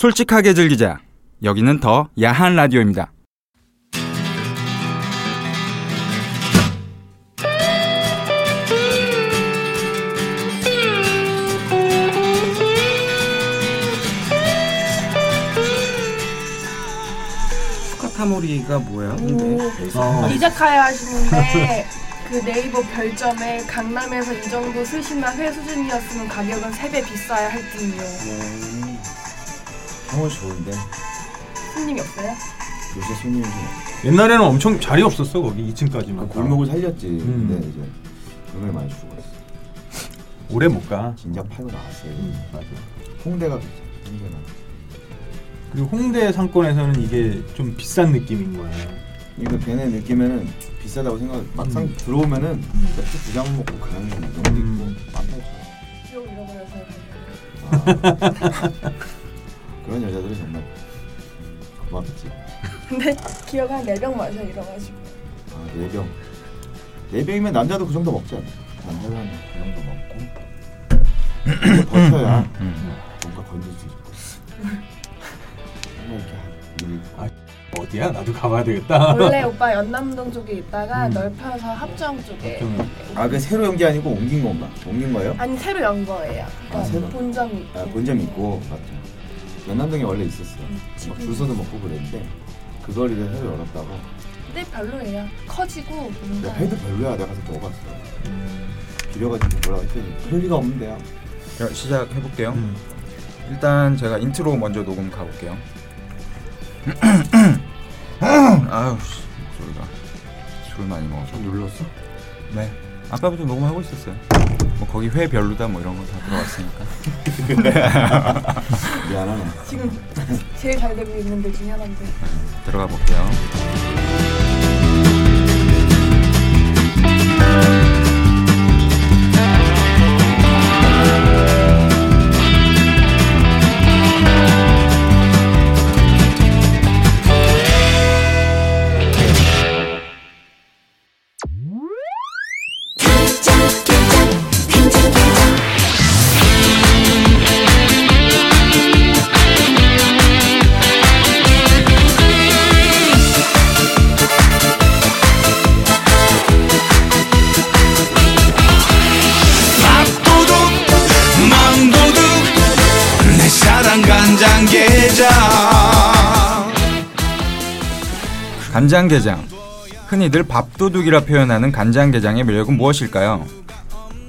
솔직하게 즐기자. 여기는 더 야한 라디오입니다. 스카타모리가 뭐예요? 오, 이자카야 하시는데 그 네이버 별점에 강남에서 이 정도 스시나 회 수준이었으면 가격은 3배 비싸야 할 듯이요. 향은 좋은데 손님이 없어요? 요새 손님이 좀 옛날에는 엄청 자리 없었어 거기 2층까지만. 그 골목을 살렸지. 음. 근데 이제 돈을 많이 주고 갔어. 오래 못 가. 진짜 팔고 나왔어요. 맞아. 홍대가 괜찮아. 홍대가. 그리고 홍대 상권에서는 이게 좀 비싼 느낌인 거야. 이거 걔네 느낌에는 비싸다고 생각. 막상 음. 들어오면은 맥주 두잔 먹고 가는 경우도 음. 있고 많다. 있잖아. 기억을 잃어버려서 아. 그런 여자들은 정말 고맙지. 근데 기억 한 4병 마셔 이러가지고 아, 네 병. 네 병이면 남자도 그 정도 먹지 않나? 남자는 그 정도 먹고 버텨야 뭔가 건질 수 있고. 정말 이렇게 일 어디야? 나도 가봐야 되겠다. 원래 오빠 연남동 쪽에 있다가 음. 넓혀서 합정 쪽에 좀 아, 그 새로 연기 아니고 옮긴 건가? 옮긴 거예요? 아니 네. 새로 연 거예요. 아, 새로? 그러니까 본점이 있고 아, 본점 있고 맞죠. 연남동에 원래 있었어. 막 줄서도 먹고 그랬는데 그걸 이제 새로 열었다고. 근데 별로예요. 커지고 근데 뭔가 회도 별로야. 내가 가서 먹어봤어. 비려가지고 뭐라고 했더니 그럴 리가 없는데요. 시작해볼게요. 음. 일단 제가 인트로 먼저 녹음 가볼게요. 아유, 씨, 목소리가 술 많이 먹어서 눌렀어? 네. 아까부터 녹음하고 있었어요. 뭐 거기 회 별로다 뭐 이런 거 다 들어왔으니까. 미안하네. 지금 제일 잘 되고 있는 데 중에 하나인데 들어가 볼게요. 밥도둑 망도둑 내 사랑 간장게장 간장게장. 흔히들 밥도둑이라 표현하는 간장게장의 매력은 무엇일까요?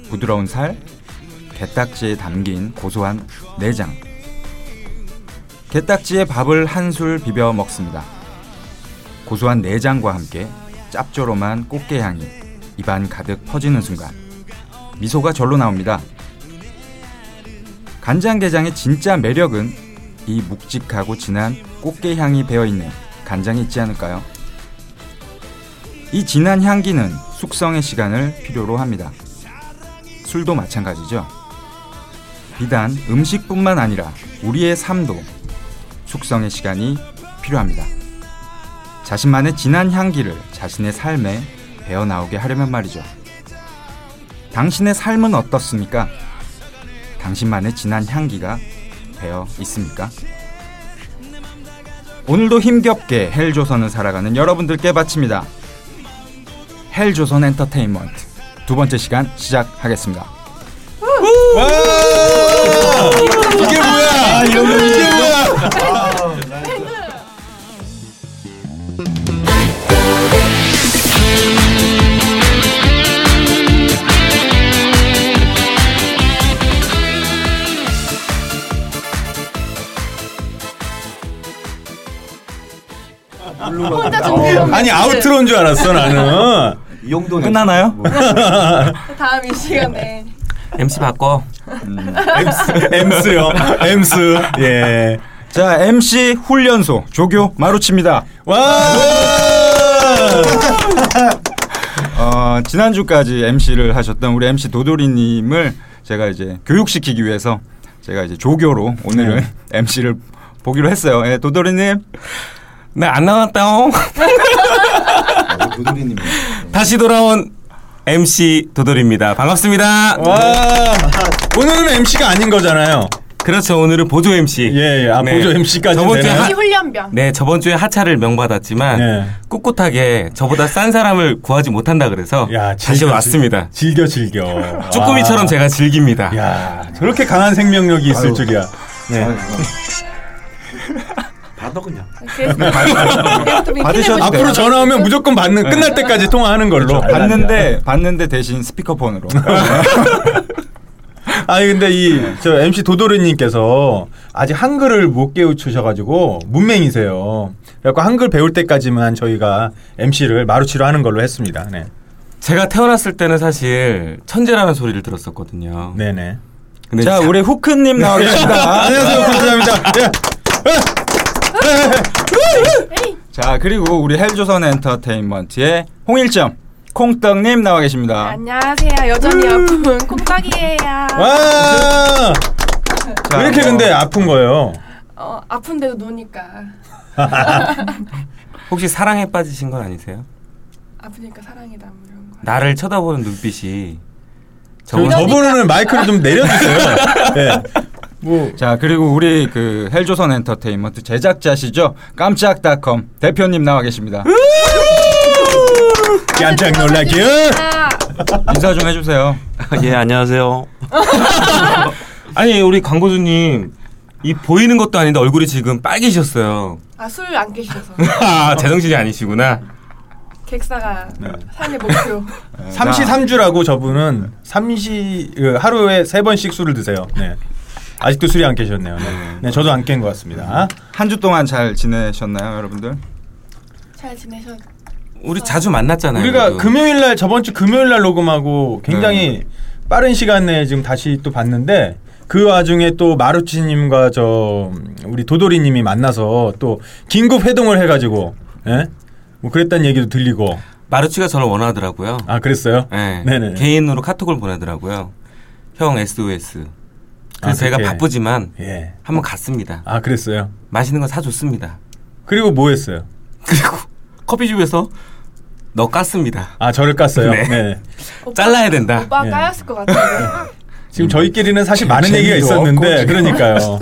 부드러운 살, 게딱지에 담긴 고소한 내장. 게딱지에 밥을 한술 비벼 먹습니다. 고소한 내장과 함께 짭조름한 꽃게 향이 입안 가득 퍼지는 순간 미소가 절로 나옵니다. 간장게장의 진짜 매력은 이 묵직하고 진한 꽃게 향이 배어있는 간장이 있지 않을까요? 이 진한 향기는 숙성의 시간을 필요로 합니다. 술도 마찬가지죠. 비단 음식뿐만 아니라 우리의 삶도 숙성의 시간이 필요합니다. 자신만의 진한 향기를 자신의 삶에 배어 나오게 하려면 말이죠. 당신의 삶은 어떻습니까? 당신만의 진한 향기가 배어 있습니까? 오늘도 힘겹게 헬조선을 살아가는 여러분들께 바칩니다. 헬조선 엔터테인먼트 두 번째 시간 시작하겠습니다. 아, 이게 뭐야 이게 뭐야 혼자 준비하고 아니 아웃트로인 줄 알았어 나는. 어, 이 정도는 끝나나요? 뭐, 다음 이 시간에 MC 바꿔. 엠스요. 엠스. 예. 자 MC 훈련소 조교 마루치입니다. 와. 어, 지난주까지 MC를 하셨던 우리 MC 도돌이님을 제가 이제 교육시키기 위해서 제가 이제 조교로 오늘은 MC를 보기로 했어요. 예, 도돌이님 네, 나안 나왔다옹. 어? 아, 도돌이님. 다시 돌아온 MC 도돌입니다. 반갑습니다. 와. 오늘은 MC가 아닌 거잖아요. 그렇죠. 오늘은 보조 MC. 예, 예. 아, 보조 MC까지 네. 저번 주에 되나요? MC 하, 훈련병. 네, 저번 주에 하차를 명받았지만 예. 꿋꿋하게 저보다 싼 사람을 구하지 못한다 그래서 야, 다시 즐겨, 왔습니다. 즐겨 즐겨. 쭈꾸미처럼 제가 즐깁니다. 야, 저렇게 강한 생명력이 있을 아유. 줄이야. 네. 받아 그냥. 그래서 그래서 받으셔도 좀 미팅해보시죠. 돼요. 네, 앞으로 전화하면 무조건 받는 네. 끝날 때까지 통화하는 그렇죠. 그렇죠. 걸로. 봤는데 봤는데 대신 스피커폰으로. 아니 근데 이 저 MC 도도르님께서 아직 한글을 못 깨우치셔가지고 문맹이세요. 그래갖고 한글 배울 때까지만 저희가 MC를 마루치로 하는 걸로 했습니다. 네, 제가 태어났을 때는 사실 천재라는 소리를 들었었거든요. 네네. 근데 자 우리 후크님 나와 계십니다. 안녕하세요, 감사합니다. 예. 자 그리고 우리 헬조선 엔터테인먼트의 홍일점 콩떡님 나와 계십니다. 네. 안녕하세요. 여전히 음. 아픈 어? 콩깍이에요. 와, 자, 왜 이렇게 뭐, 근데 아픈 거예요? 어, 아픈데도 노니까. 혹시 사랑에 빠지신 건 아니세요? 아프니까 사랑이다 뭐 이런 거. 나를 쳐다보는 눈빛이 저, 저번 저분은 마이크를 좀 내려주세요. 예. 뭐 자 그리고 우리 그 헬조선 엔터테인먼트 제작자시죠 깜짝닷컴 대표님 나와 계십니다. 깜짝 놀라게. 아, 인사 좀 해주세요. 예 안녕하세요. 아니 우리 광고주님 이 보이는 것도 아닌데 얼굴이 지금 빨개지셨어요. 아, 술 안 깨셔서. 아 제정신이 아니시구나. 객사가 네. 삶의 목표. 삼시삼주라고 저분은 삼시 으, 하루에 세 번씩 술을 드세요. 네. 아직도 술이 안 깨셨네요. 네, 네, 저도 안 깬 것 같습니다. 한 주 동안 잘 지내셨나요, 여러분들? 잘 지내셨. 우리 자주 만났잖아요. 우리가 네, 그래도. 네. 금요일 날 저번 주 금요일 날 녹음하고 굉장히 빠른 시간 내에 지금 다시 또 봤는데 그 와중에 또 마루치님과 저 음, 우리 도돌이님이 만나서 또 긴급 회동을 해가지고 예? 뭐 그랬다는 얘기도 들리고 마루치가 저를 원하더라고요. 아 그랬어요? 네. 네네. 개인으로 카톡을 보내더라고요. 형 SOS. 아, 그래서 제가 그렇게. 바쁘지만 예. 한번 갔습니다. 아 그랬어요. 맛있는 거 사줬습니다. 그리고 뭐 했어요? 그리고 커피숍에서 너 깠습니다. 아 저를 깠어요. 네. 네. 잘라야 된다. 오빠 예. 까였을 것 같아요. 지금 저희끼리는 사실 많은 재미도 얘기가 있었는데 없고 그러니까요.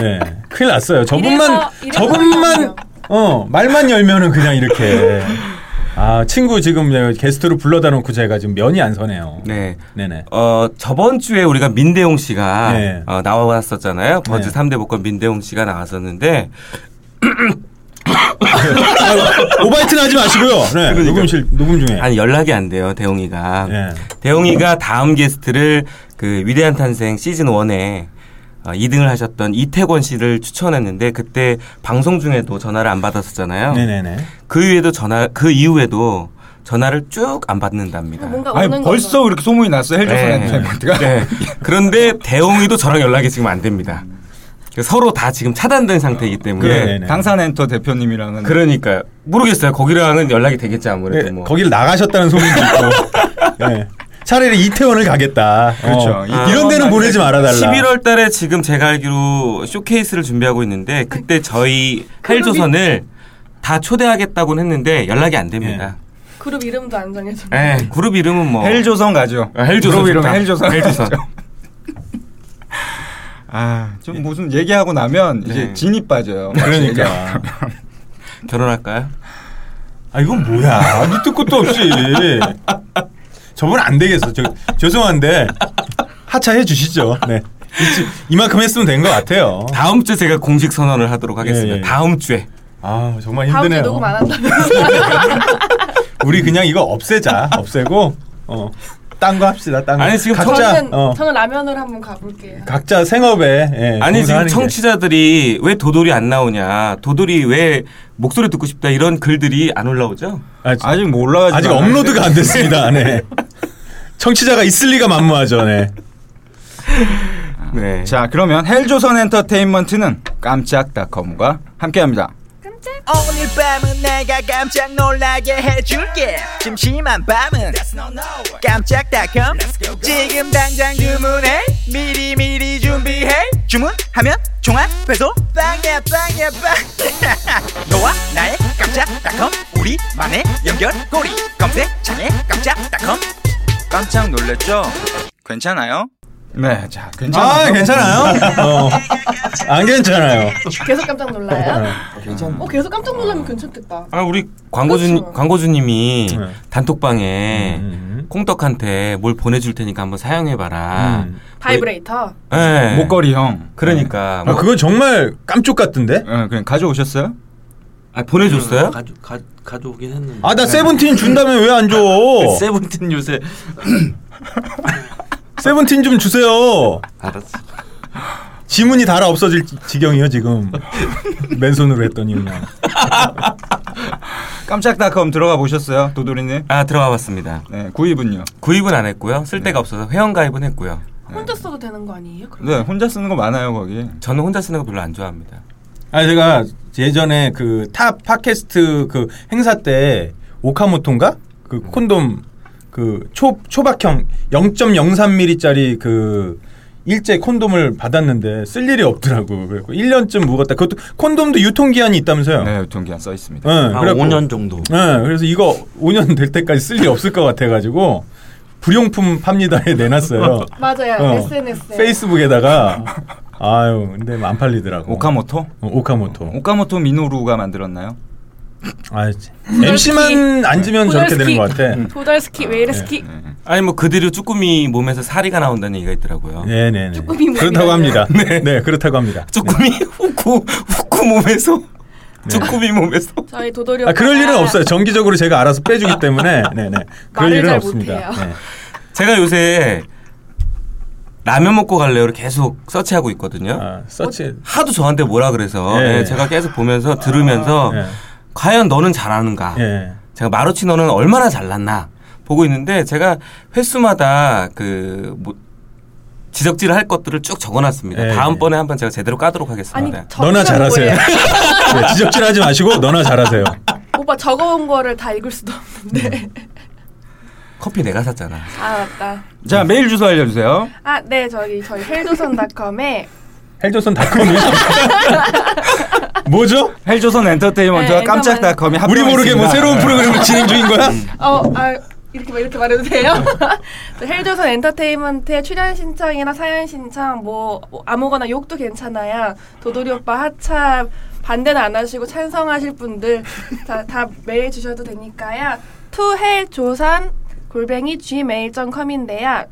네. 큰일 났어요. 저분만 이래서- 이래서 저분만 그러네요. 어 말만 열면은 그냥 이렇게 아 친구 지금 내가 게스트로 불러다 놓고 제가 지금 면이 안 서네요. 네. 네네. 어, 저번 주에 우리가 민대용 씨가 네. 어, 나왔었잖아요. 버즈 네. 삼 3대 복권 민대용 씨가 나왔었는데 아, 오바이트는 하지 마시고요. 네. 녹음실 녹음 중에. 아니 연락이 안 돼요, 대용이가. 네. 대용이가 다음 게스트를 그 위대한 탄생 시즌 1에 2등을 하셨던 이태권 씨를 추천했는데 그때 방송 중에도 전화를 안 받았었잖아요. 네네네. 그 이후에도 전화 그 이후에도 전화를 쭉 안 예. 받는답니다. 뭔가 오는 아니 벌써 거죠. 이렇게 소문이 났어요 헬조선 네. 엔터테인먼트가. 네. 그런데 대웅이도 저랑 연락이 지금 안 됩니다. 서로 다 지금 차단된 상태이기 때문에 네, 네. 강산 엔터 대표님이랑은 음. 그러니까요. 모르겠어요. 거기랑은 연락이 되겠지 아무래도 네, 뭐. 거길 나가셨다는 소문도 있고. 네. 차라리 이태원을 가겠다. 그렇죠. 어. 이태원 이런 데는 아니면 보내지 말아달라. 11월 달에 지금 제가 알기로 쇼케이스를 준비하고 있는데 그때 저희 헬조선을 다 초대하겠다고는 했는데 연락이 안 됩니다. 그룹 이름도 안 아, 정해졌네. 예. 에 그룹 이름은 뭐 헬조선 가죠. 아, 헬조선 그룹 이름 좋다. 헬조선. 헬조선. 아, 좀 무슨 얘기하고 나면 네. 이제 진이 빠져요. 그러니까. 결혼할까요? 아 이건 뭐야? 밑도 끝도 없이. 저분 안 되겠어. 저 죄송한데 하차해 주시죠. 네. 이쯤- 이만큼 했으면 된 것 같아요. 다음 주에 제가 공식 선언을 하도록 하겠습니다. 예, 예. 다음 주에 아 정말 다음 주에 힘드네요. 녹음 안 한다면 우리 그냥 이거 없애자. 없애고 어딴거 합시다. 딴 거. 아니, 지금 각자 저는 어, 저는 라면을 한번 가볼게요. 각자 생업에 예, 아니 종사하는 지금 게. 청취자들이 왜 도돌이 안 나오냐, 도돌이 왜 목소리 듣고 싶다 이런 글들이 안 올라오죠? 아, 아직 뭐 올라가지 아직 업로드가 안 됐습니다. 네. 청취자가 있을 리가 만무하죠. 네. 네. 자, 그러면 헬조선 엔터테인먼트는 깜짝닷컴과 함께합니다. 어, 오늘 밤은 내가 깜짝 놀라게 해줄게 심심한 밤은 깜짝닷컴 지금 당장 주문해 미리 미리 준비해 주문하면 종합 배송 빵야 빵야 빵 너와 나의 깜짝닷컴 우리만의 연결고리 검색창에 깜짝닷컴 깜짝 놀랬죠? 괜찮아요? 네, 자 괜찮아요. 아 괜찮아요? 어. 안 괜찮아요. 계속 깜짝 놀라요? 괜찮네. 어 계속 깜짝 놀라면 괜찮겠다. 아 우리 광고주 그렇죠. 광고주님이 네. 단톡방에 음. 콩떡한테 뭘 보내줄 테니까 한번 사용해봐라. 음. 바이브레이터. 네. 목걸이형. 그러니까 아, 뭐- 그거 정말 깜쪽 같던데? 예, 그냥 가져오셨어요? 아, 보내줬어요? 음, 가져 가 가져오긴 했는데. 아 나 세븐틴 준다면 왜 안 줘? 어. 세븐틴 요새 세븐틴 좀 주세요. 알았어. 지문이 달아 없어질 지- 지경이에요 지금. 맨손으로 했더니 그냥. 깜짝닷컴 들어가 보셨어요, 도돌이님? 아 들어가 봤습니다. 네, 구입은요. 구입은 안 했고요. 쓸 네. 데가 없어서 회원가입은 했고요. 혼자 써도 되는 거 아니에요? 그럼? 네, 혼자 쓰는 거 많아요 거기. 저는 혼자 쓰는 거 별로 안 좋아합니다. 아 제가 예전에 그 탑 팟캐스트 그 행사 때 오카모토인가 그 콘돔 그 초 초박형 0.03mm짜리 그 일제 콘돔을 받았는데 쓸 일이 없더라고. 그래고 1년쯤 묵었다. 그것도 콘돔도 유통 기한이 있다면서요. 네, 유통기한 써 있습니다. 예, 한 그래갖고 5년 정도. 네, 그래서 이거 5년 될 때까지 쓸 일 없을 것 같아가지고 불용품 팝니다에 내놨어요. 맞아요. 어. SNS에. 페이스북에다가 아유, 근데 안 팔리더라고. 오카모토? 어, 오카모토. 오카모토 미노루가 만들었나요? 아, MC만 앉으면 저렇게 되는 것 같아. 음. 도달스키, 웨일스키. 예, 아니 뭐 그대로 쭈꾸미 몸에서 사리가 나온다는 얘기가 있더라고요. 네, 네, 네. 쭈꾸미 모양이 그렇다고 아니라. 합니다. 네, 그렇다고 합니다. 쭈꾸미 네. 후쿠 후쿠 몸에서 쭈꾸미 몸에서 저희 도돌이 아, 그럴 일은 오빠가 없어요. 정기적으로 제가 알아서 빼주기 때문에 네, 네. 그럴 말을 일은 잘 없습니다. 못해요. 네. 제가 요새 라면 먹고 갈래요를 계속 서치하고 있거든요. 아, 서치. 어, 하도 저한테 뭐라 그래서 예. 예, 제가 계속 보면서 들으면서 예. 과연 너는 잘하는가? 예. 제가 마루치 너는 얼마나 잘났나 보고 있는데 제가 횟수마다 그 뭐, 지적질을 할 것들을 쭉 적어놨습니다. 예. 다음번에 한번 제가 제대로 까도록 아니 뭐 하겠습니다. 적은 네. 너나 잘하세요. 거예요. 네, 지적질하지 마시고 너나 잘하세요. 오빠 적어온 거를 다 읽을 수도 없는데. 커피 내가 샀잖아. 아 맞다. 자, 음. 메일 주소 알려주세요. 아 네 저기 저희 헬조선닷컴에 헬조선닷컴이 뭐죠? 헬조선 엔터테인먼트와 네, 깜짝닷컴이 합 우리 모르게 뭐 새로운 프로그램을 진행 중인 거야? 어, 아, 이렇게 말- 이렇게 말해도 돼요? 저 헬조선 엔터테인먼트에 출연 신청이나 사연 신청 뭐, 뭐 아무거나 욕도 괜찮아요. 도돌이 오빠 하차 반대는 안 하시고 찬성하실 분들 다, 다 메일 주셔도 되니까요. 투헬조선 골뱅이 gmail.com인데요.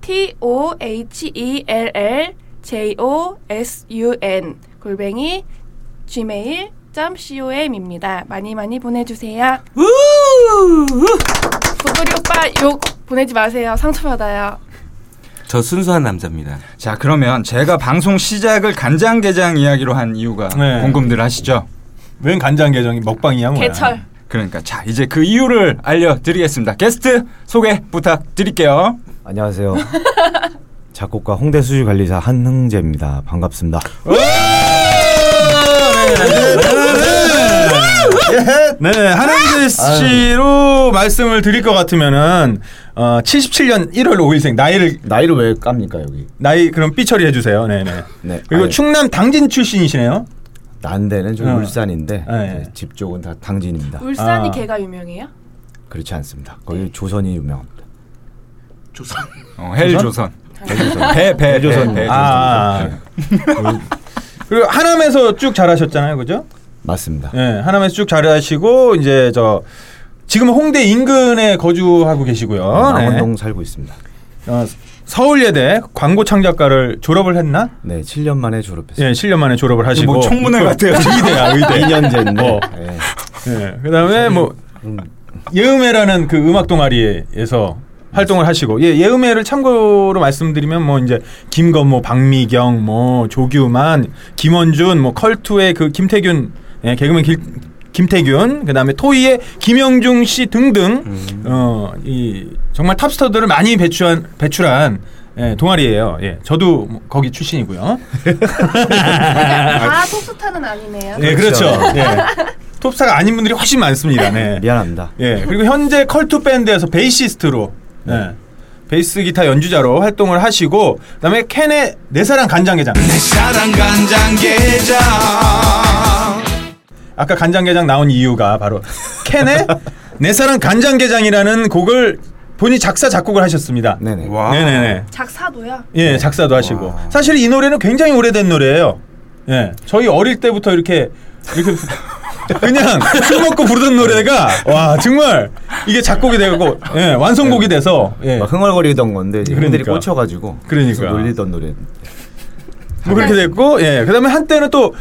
t o h e l l j o s u n 골뱅이 gmail.com입니다. 많이 많이 보내주세요. 도돌이 오빠 욕 보내지 마세요. 상처받아요. 저 순수한 남자입니다. 자, 그러면 제가 방송 시작을 간장게장 이야기로 한 이유가 네. 궁금들 하시죠? 웬 간장 게장이 먹방이야 뭐야? 개철. 그러니까 자, 이제 그 이유를 알려드리겠습니다. 게스트 소개 부탁드릴게요. 안녕하세요. 작곡가 홍대 수주 관리사 한흥재입니다. 반갑습니다. 네, 한은재 씨로 말씀을 드릴 것 같으면은 어, 77년 1월 5일생 나이를 나이를 왜 깝니까 여기? 나이 그럼 삐 처리해 주세요. 네, 네. 네, 그리고 아유. 충남 당진 출신이시네요. 난대는 좀 어. 울산인데 네. 이제 집 쪽은 다 당진입니다. 울산이 아. 개가 유명해요? 그렇지 않습니다. 거기 조선이 유명합니다. 조선. 어, 헬조선. 헬조선. 배, 배, 배, 배, 아, 아. 아. 그리고 하남에서 쭉 잘하셨잖아요, 그죠? 맞습니다. 네, 하남에서 쭉 잘하시고 이제 저 지금 홍대 인근에 거주하고 계시고요. 네. 망원동 살고 있습니다. 어, 서울예대 광고 창작과를 졸업을 했나? 네, 7년 만에 졸업했습니다. 예, 7년 만에 졸업을 하시고 그 뭐 청문회 같아요. 의대야, 의대. 2년째인데 어. 네. 예, 그다음에 뭐 예음회라는 그 음악 동아리에서 활동을 하시고 예, 예음회를 참고로 말씀드리면 뭐 이제 김건모, 박미경, 뭐 조규만, 김원준, 뭐 컬투의 그 김태균 예, 개그맨 길, 김태균, 그다음에 토이의 김영중 씨 등등 어, 이 정말 탑스타들을 많이 배출한 배출한 예, 동아리예요. 예. 저도 뭐 거기 출신이고요. 아, 톡스타는 아니네요. 예, 그렇죠. 예. 톱스타가 아닌 분들이 훨씬 많습니다. 네. 미안합니다. 예. 그리고 현재 컬투 밴드에서 베이시스트로 예. 베이스 기타 연주자로 활동을 하시고 그다음에 캔의 내 사랑 간장게장. 내 사랑 간장게장. 아까 간장게장 나온 이유가 바로 캔의 내 사랑 간장게장이라는 곡을 본인 작사 작곡을 하셨습니다. 네네. 와. 네네네. 작사도야. 네. 예, 작사도 하시고. 사실 이 노래는 굉장히 오래된 노래예요. 예. 저희 어릴 때부터 이렇게 이렇게 그냥 술 먹고 부르던 노래가 와, 정말 이게 작곡이 되고 예, 완성곡이 돼서 예. 네. 막 흥얼거리던 건데 이제 그러니까. 팬들이 꽂혀가지고 그러니까. 계속 놀리던 노래. 뭐 그렇게 됐고 예. 그다음에 한때는 또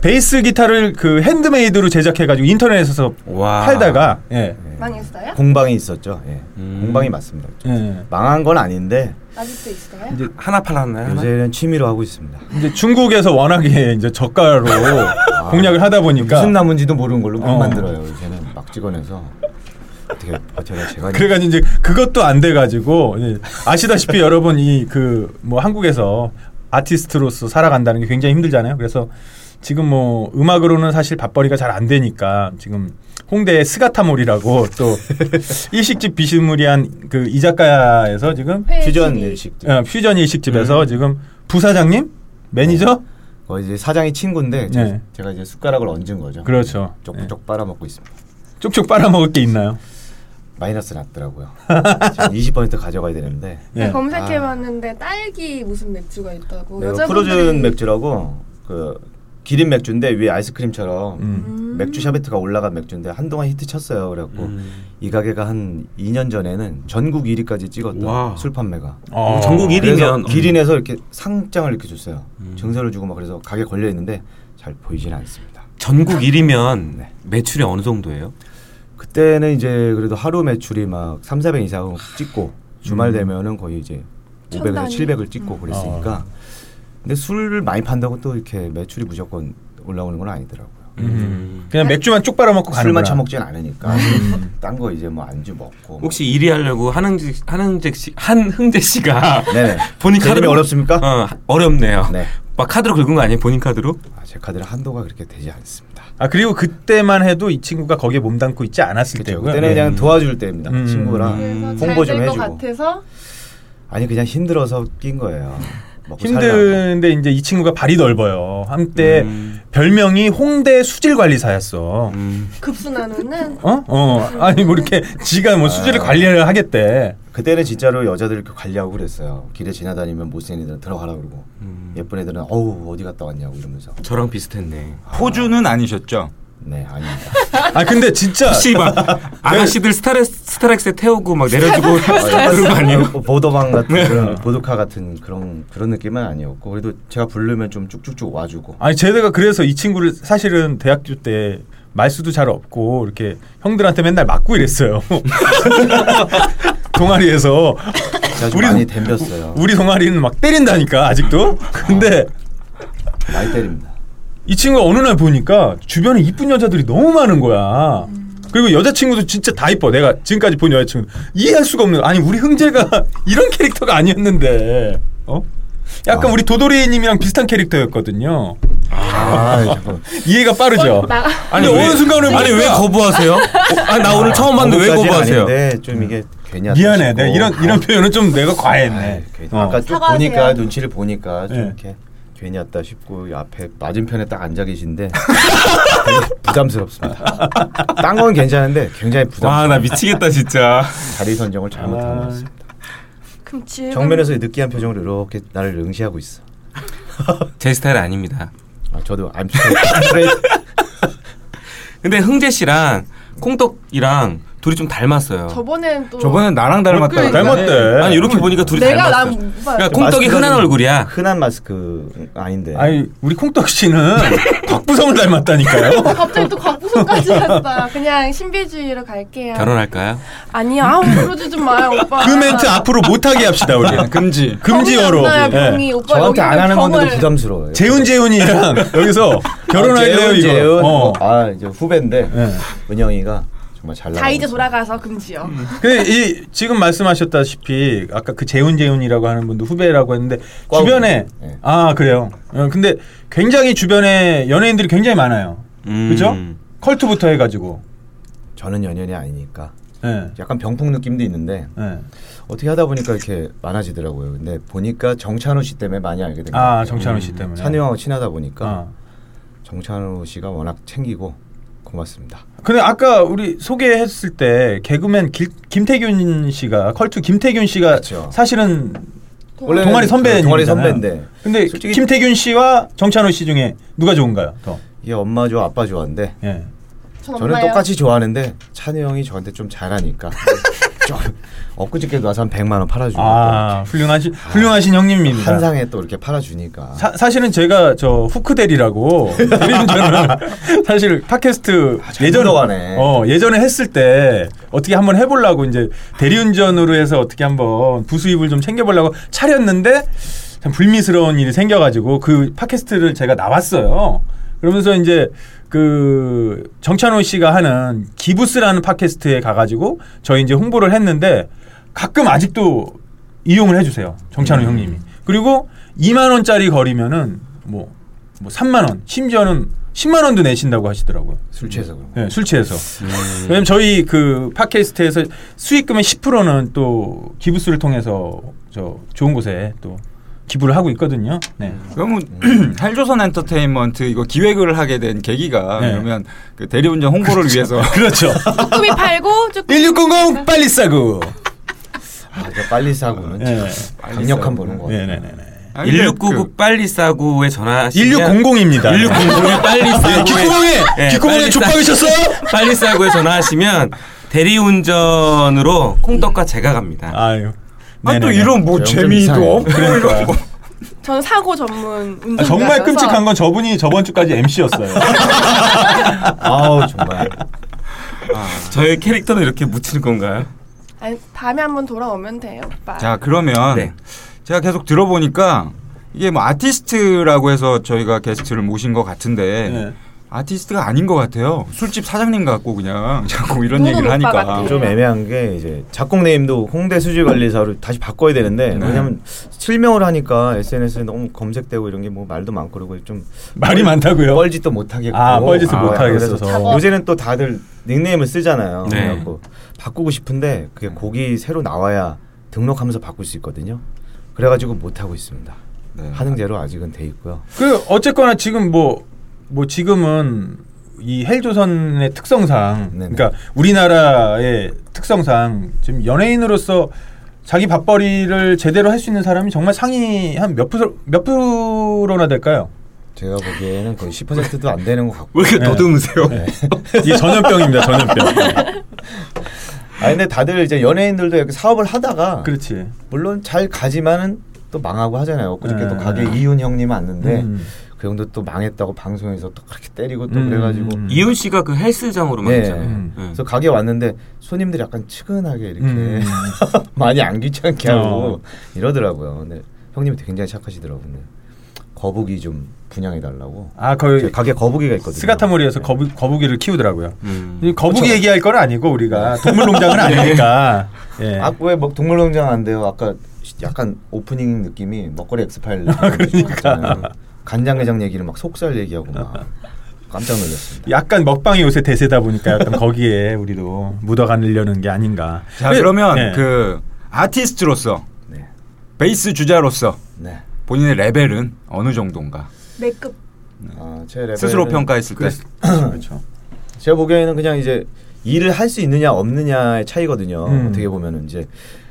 베이스 기타를 그 핸드메이드로 제작해 가지고 인터넷에서 아. 와. 네. 팔다가 네, 예. 난 인스타야? 공방이 있었죠. 예. 음. 공방이 맞습니다. 예. 망한 건 아닌데 아직도 있어요? 하나 팔았나요? 하나? 요새는 취미로 하고 있습니다. 이제 중국에서 워낙에 이제 저가로 공략을 하다 보니까 아. 무슨 나무인지도 모르는 걸로 막 어. 네, 만들어요. 요새는 막 찍어내서 어떻게 버텨라 제가 그래가지고 이제 그것도 안 돼가지고 이제 아시다시피 여러분 이 그 뭐 한국에서 아티스트로서 살아간다는 게 굉장히 힘들잖아요. 그래서 지금 뭐 음악으로는 사실 밥벌이가 잘 안 되니까 지금 홍대의 스가타몰이라고 또 일식집 비스무리한 그 이자카야에서 지금 회의 퓨전 TV. 일식집. 어, 퓨전 일식집에서 음. 지금 부사장님 매니저 어, 이제 사장이 친구인데 제- 네. 제가 이제 숟가락을 얹은 거죠. 네. 그렇죠. 쪽쪽 빨아먹고 있습니다. 쪽쪽 빨아먹을 게 있나요? 마이너스 났더라고요. 지금 20% 가져가야 되는데 예. 네, 검색해봤는데 딸기 무슨 맥주가 있다고. 네, 이거 뭐 여자분들이- 프로즌 맥주라고 그 기린 맥주인데 위에 아이스크림처럼 음. 맥주 샤베트가 올라간 맥주인데 한동안 히트 쳤어요. 그래갖고 이 가게가 한 2년 전에는 전국 1위까지 찍었던 와. 술 판매가. 어, 전국 일- 그래서 1위면 음. 기린에서 이렇게 상장을 이렇게 줬어요. 증서를 주고 막 그래서 가게 걸려 있는데 잘 보이진 않습니다. 전국 1위면 네. 매출이 어느 정도예요? 그때는 이제 그래도 하루 매출이 막 3, 400 이상 찍고 음. 주말 되면은 거의 이제 천 500에서 단위. 음. 700을 찍고 아. 그랬으니까 근데 술을 많이 판다고 또 이렇게 매출이 무조건 올라오는 건 아니더라고요. 음. 그냥 맥주만 쭉 빨아먹고 가는 술만 거야. 처먹진 않으니까 딴 거 이제 뭐 안주 먹고 음. 혹시 1위 하려고 한흥재 한흥재 씨 한흥재 씨가 네네 본인 제 이름이 카드로 어렵습니까? 어, 어렵네요. 네. 막 카드로 긁은 거 아니에요? 본인 카드로? 아, 제 카드는 한도가 그렇게 되지 않습니다. 아 그리고 그때만 해도 이 친구가 거기에 몸담고 있지 않았을 네. 그렇죠. 때고요. 그때는 예. 그냥 도와줄 때입니다. 음. 친구랑 그래서 홍보 잘 좀 될것 해주고 같아서 아니 그냥 힘들어서 낀 거예요. 먹고 뭐 살려고. 힘든데 이제 이 친구가 발이 넓어요. 한때 음. 별명이 홍대 수질 관리사였어. 음. 급순환은 어? 어. 아니 뭐 이렇게 지가 뭐 아. 수질을 관리를 하겠대. 그때는 진짜로 여자들 이렇게 관리하고 그랬어요. 길에 지나다니면 못생긴 애들은 들어가라 그러고 음. 예쁜 애들은 어우 어디 갔다 왔냐고 이러면서 저랑 비슷했네. 호주는 아니셨죠? 네 아닙니다. 아 근데 진짜 혹시 막 아가씨들 스타렉 스타렉스에 태우고 막 내려주고 그런 거 아니에요? 네. 어, 보도방 같은 그런 보도카 같은 그런 그런 느낌은 아니었고 그래도 제가 부르면 좀 쭉쭉쭉 와주고 아니 제가 그래서 이 친구를 사실은 대학교 때 말수도 잘 없고 이렇게 형들한테 맨날 맞고 이랬어요. 동아리에서 제가 좀 우리 많이 댐볐어요. 우리 동아리는 막 때린다니까 아직도. 근데 많이 때립니다. 이 친구가 어느 날 보니까 주변에 이쁜 여자들이 너무 많은 거야. 그리고 여자친구도 진짜 다 이뻐. 내가 지금까지 본 여자친구 이해할 수가 없는. 아니 우리 흥재가 이런 캐릭터가 아니었는데. 어? 아. 약간 우리 도도리님이랑 비슷한 캐릭터였거든요. 아 잠깐 이해가 빠르죠. 나- 아니 어느 순간에 아니 왜 거부하세요? 아, 나 오늘 처음 봤는데 왜 거부하세요? 음. 네, 아닌데 좀 이게 괜히 미안해. 아쉽고. 내가 이런 이런 표현은 좀 내가 과했네. 아이, 예, 괜히 어. 아까 쭉 사과하세요. 보니까 눈치를 보니까 좀 네. 이렇게 괜히 왔다 싶고 이 앞에 맞은편에 딱 앉아 계신데 되게 부담스럽습니다. 딴 건 괜찮은데 굉장히 와 나 부담스럽습니다. 미치겠다 진짜. 자리 선정을 잘못한 아. 것 같습니다. 그럼 지금 정면에서 느끼한 표정으로 이렇게 나를 응시하고 있어. 제 스타일 아닙니다. 아, 저도 I'm sorry. 근데 흥재 씨랑 콩떡이랑 둘이 좀 닮았어요. 저번엔 또 저번엔 나랑 닮았다. 네. 그러니까. 닮았대. 아니 이렇게 보니까 둘이 내가 닮았어요. 난 오빠 그러니까 콩떡이 흔한 얼굴이야. 흔한 마스크 아닌데. 아니 우리 콩떡 씨는 곽부성을 닮았다니까요. 어, 갑자기 또 곽부성까지 갔다. 그냥 신비주의로 갈게요. 결혼할까요? 아니야, 아우 그러지 좀 마요, 오빠. 그 멘트 앞으로 못하게 합시다 우리. 아, 금지. 금지어로. 병이 예. 없나요, 병이? 오빠 저한테 여기는 안 하는 병을- 건데도 부담스러워요. 재훈 재훈이랑 여기서 결혼할래요 아, 재훈, 이거. 재훈. 어. 아 이제 후배인데 예. 은영이가 정말 잘 나가. 자 이제 돌아가서 금지요. 음. 근데 이 지금 말씀하셨다시피 아까 그 재훈 재훈이라고 하는 분도 후배라고 했는데 꽝. 주변에 예. 아 그래요. 어, 근데 굉장히 주변에 연예인들이 굉장히 많아요. 음. 그죠? 컬트부터 해가지고. 저는 연연이 아니니까 예. 약간 병풍 느낌도 있는데 예. 어떻게 하다 보니까 이렇게 많아지더라고요. 근데 보니까 정찬우 씨 때문에 많이 알게 된 음. 거예요. 아 정찬우 씨 때문에. 그러니까 찬우 형하고 친하다 보니까 아. 정찬우 씨가 워낙 챙기고 고맙습니다. 근데 아까 우리 소개했을 때 개그맨 길- 김태균 씨가 컬투 김태균 씨가 그쵸. 사실은 그렇죠. 원래는 그 동아리 선배 동아리 선배인데 근데 솔직히- 김태균 씨와 정찬호 씨 중에 누가 좋은가요? 더. 얘 엄마 좋아 아빠 좋아한데 예. 전 저는 엄마예요. 똑같이 좋아하는데 찬우 형이 저한테 좀 잘하니까 좀 엊그저께 와서 한 100만 원 팔아주고 아 훌륭하신 훌륭하신 또 형님입니다. 한상에 또 이렇게 팔아주니까 사, 사실은 제가 저 후크델이라고 이름 저는 사실 팟캐스트 아, 잘 묻어가네. 어 예전에 했을 때 어떻게 한번 해보려고 이제 대리운전으로 해서 어떻게 한번 부수입을 좀 챙겨보려고 차렸는데 참 불미스러운 일이 생겨가지고 그 팟캐스트를 제가 나왔어요. 그러면서 이제 그 정찬호 씨가 하는 기부스라는 팟캐스트에 가가지고 저희 이제 홍보를 했는데 가끔 아직도 이용을 해주세요. 정찬호 형님이. 그리고 2만 원짜리 거리면은 뭐, 뭐 3만 원, 심지어는 10만 원도 내신다고 하시더라고요. 술 취해서 그런 거. 예, 술 취해서. 왜냐면 저희 그 팟캐스트에서 수익금의 10%는 또 기부수를 통해서 저 좋은 곳에 또 기부를 하고 있거든요. 네. 그러면 헬조선 엔터테인먼트 이거 기획을 하게 된 계기가 네. 그러면 그 대리운전 홍보를 위해서 그렇죠. 쭈꾸미 팔고 쭈꾸미 1600 빨리 싸고. 아, 이거 빨리 사고는 예. 강력한 보는 거 네, 같아요. 네, 네. 네. 아니, 근데 1699 그 빨리 싸고에 전화하시면 1600입니다. 1600에 빨리 아, 예, 싸고 기구멍에 네, 기구멍에 빨리 족박이 싸- 셨어. 빨리 싸고에 전화하시면 대리운전으로 콩떡과 제가 갑니다. 아유. 아니, 또 네네네. 이런 뭐 좀 재미도 이상해요. 없고 이런 거. 저는 사고 전문 운전자 아, 정말 끔찍한 건 저분이 저번 주까지 MC였어요. 아우 정말 저의 캐릭터는 이렇게 묻히는 건가요? 아니 다음에 한번 돌아오면 돼요 오빠 자 그러면 네. 제가 계속 들어보니까 이게 뭐 아티스트라고 해서 저희가 게스트를 모신 것 같은데 네. 아티스트가 아닌 것 같아요. 술집 사장님 같고 그냥 자꾸 이런 노는 얘기를 오빠 하니까 같아요. 좀 애매한 게 이제 작곡 네임도 홍대 수질관리사로 다시 바꿔야 되는데 왜냐면 실명을 하니까 SNS에 너무 검색되고 이런 게 뭐 말도 많고 그러고 좀 말이 많다고요. 뻘짓도 못 하겠고 아, 뻘짓을 못 하겠어서. 작업. 요새는 또 다들 닉네임을 쓰잖아요. 네. 그래갖고 바꾸고 싶은데 그게 곡이 새로 나와야 등록하면서 바꿀 수 있거든요. 그래가지고 못 하고 있습니다. 네. 하는 대로 아직은 돼 있고요. 그 어쨌거나 지금 뭐 뭐 지금은 이 헬조선의 특성상 네네. 그러니까 우리나라의 특성상 지금 연예인으로서 자기 밥벌이를 제대로 할 수 있는 사람이 정말 상위 한 몇 프로 몇 프로나 될까요? 제가 보기에는 거의 10%도 안 되는 것 같고. 왜 이렇게 더듬으세요? 이게 전염병입니다. 전염병. 아 근데 다들 이제 연예인들도 이렇게 사업을 하다가 그렇지. 물론 잘 가지만은 또 망하고 하잖아요. 그저께 네. 또 가게 이윤 형님 왔는데 음. 그 형도 또 망했다고 방송에서 또 그렇게 때리고 또 음. 그래가지고 음. 이훈 씨가 그 헬스장으로 네. 만났잖아요. 음. 네. 그래서 가게 왔는데 손님들이 약간 측은하게 이렇게 음. 많이 안 귀찮게 하고 어. 이러더라고요. 근데 형님이 굉장히 착하시더라고요. 근데 거북이 좀 분양해 달라고. 아 저희 거의 가게 거북이가 있거든요. 스가타모리에서 거북, 거북이를 키우더라고요. 음. 이 거북이 얘기할 건 아니고 우리가 동물농장은 아니니까. 예. 아왜막 동물농장 안 돼요? 아까 시- 약간 오프닝 느낌이 먹거리 엑스파일 느낌. 그러니까 간장게장 얘기를 막 속살 얘기하고 막 깜짝 놀랐습니다. 약간 먹방이 요새 대세다 보니까 약간 거기에 우리도 묻어가려는 게 아닌가. 자 왜- 그러면 네. 그 아티스트로서 네. 베이스 주자로서 네. 본인의 레벨은 어느 정도인가 내급 아, 제 레벨은 스스로 평가했을 때 그렇죠. 제가 보기에는 그냥 이제 일을 할 수 있느냐 없느냐의 차이거든요. 음. 어떻게 보면은 이제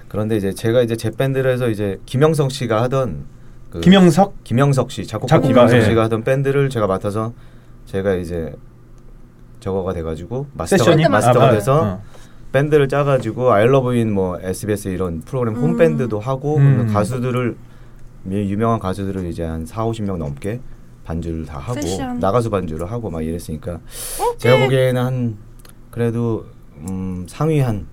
그런데 이제 제가 이제 제 밴드를 해서 이제 김영성 씨가 하던 그 김영석 김영석 씨 작곡가, 작곡가, 김영석 예. 씨가 하던 밴드를 제가 맡아서 제가 이제 저거가 돼가지고 마스터가, 세션이 마스터가 아, 돼서 어. 밴드를 짜가지고 아이러브인 뭐 SBS 이런 프로그램 음. 홈밴드도 하고 음. 그리고 가수들을 미- 유명한 가수들을 이제 한 4, 50명 넘게 반주를 다 하고 세션. 나가수 반주를 하고 막 이랬으니까 제가 보기에는 한 그래도 음, 상위 한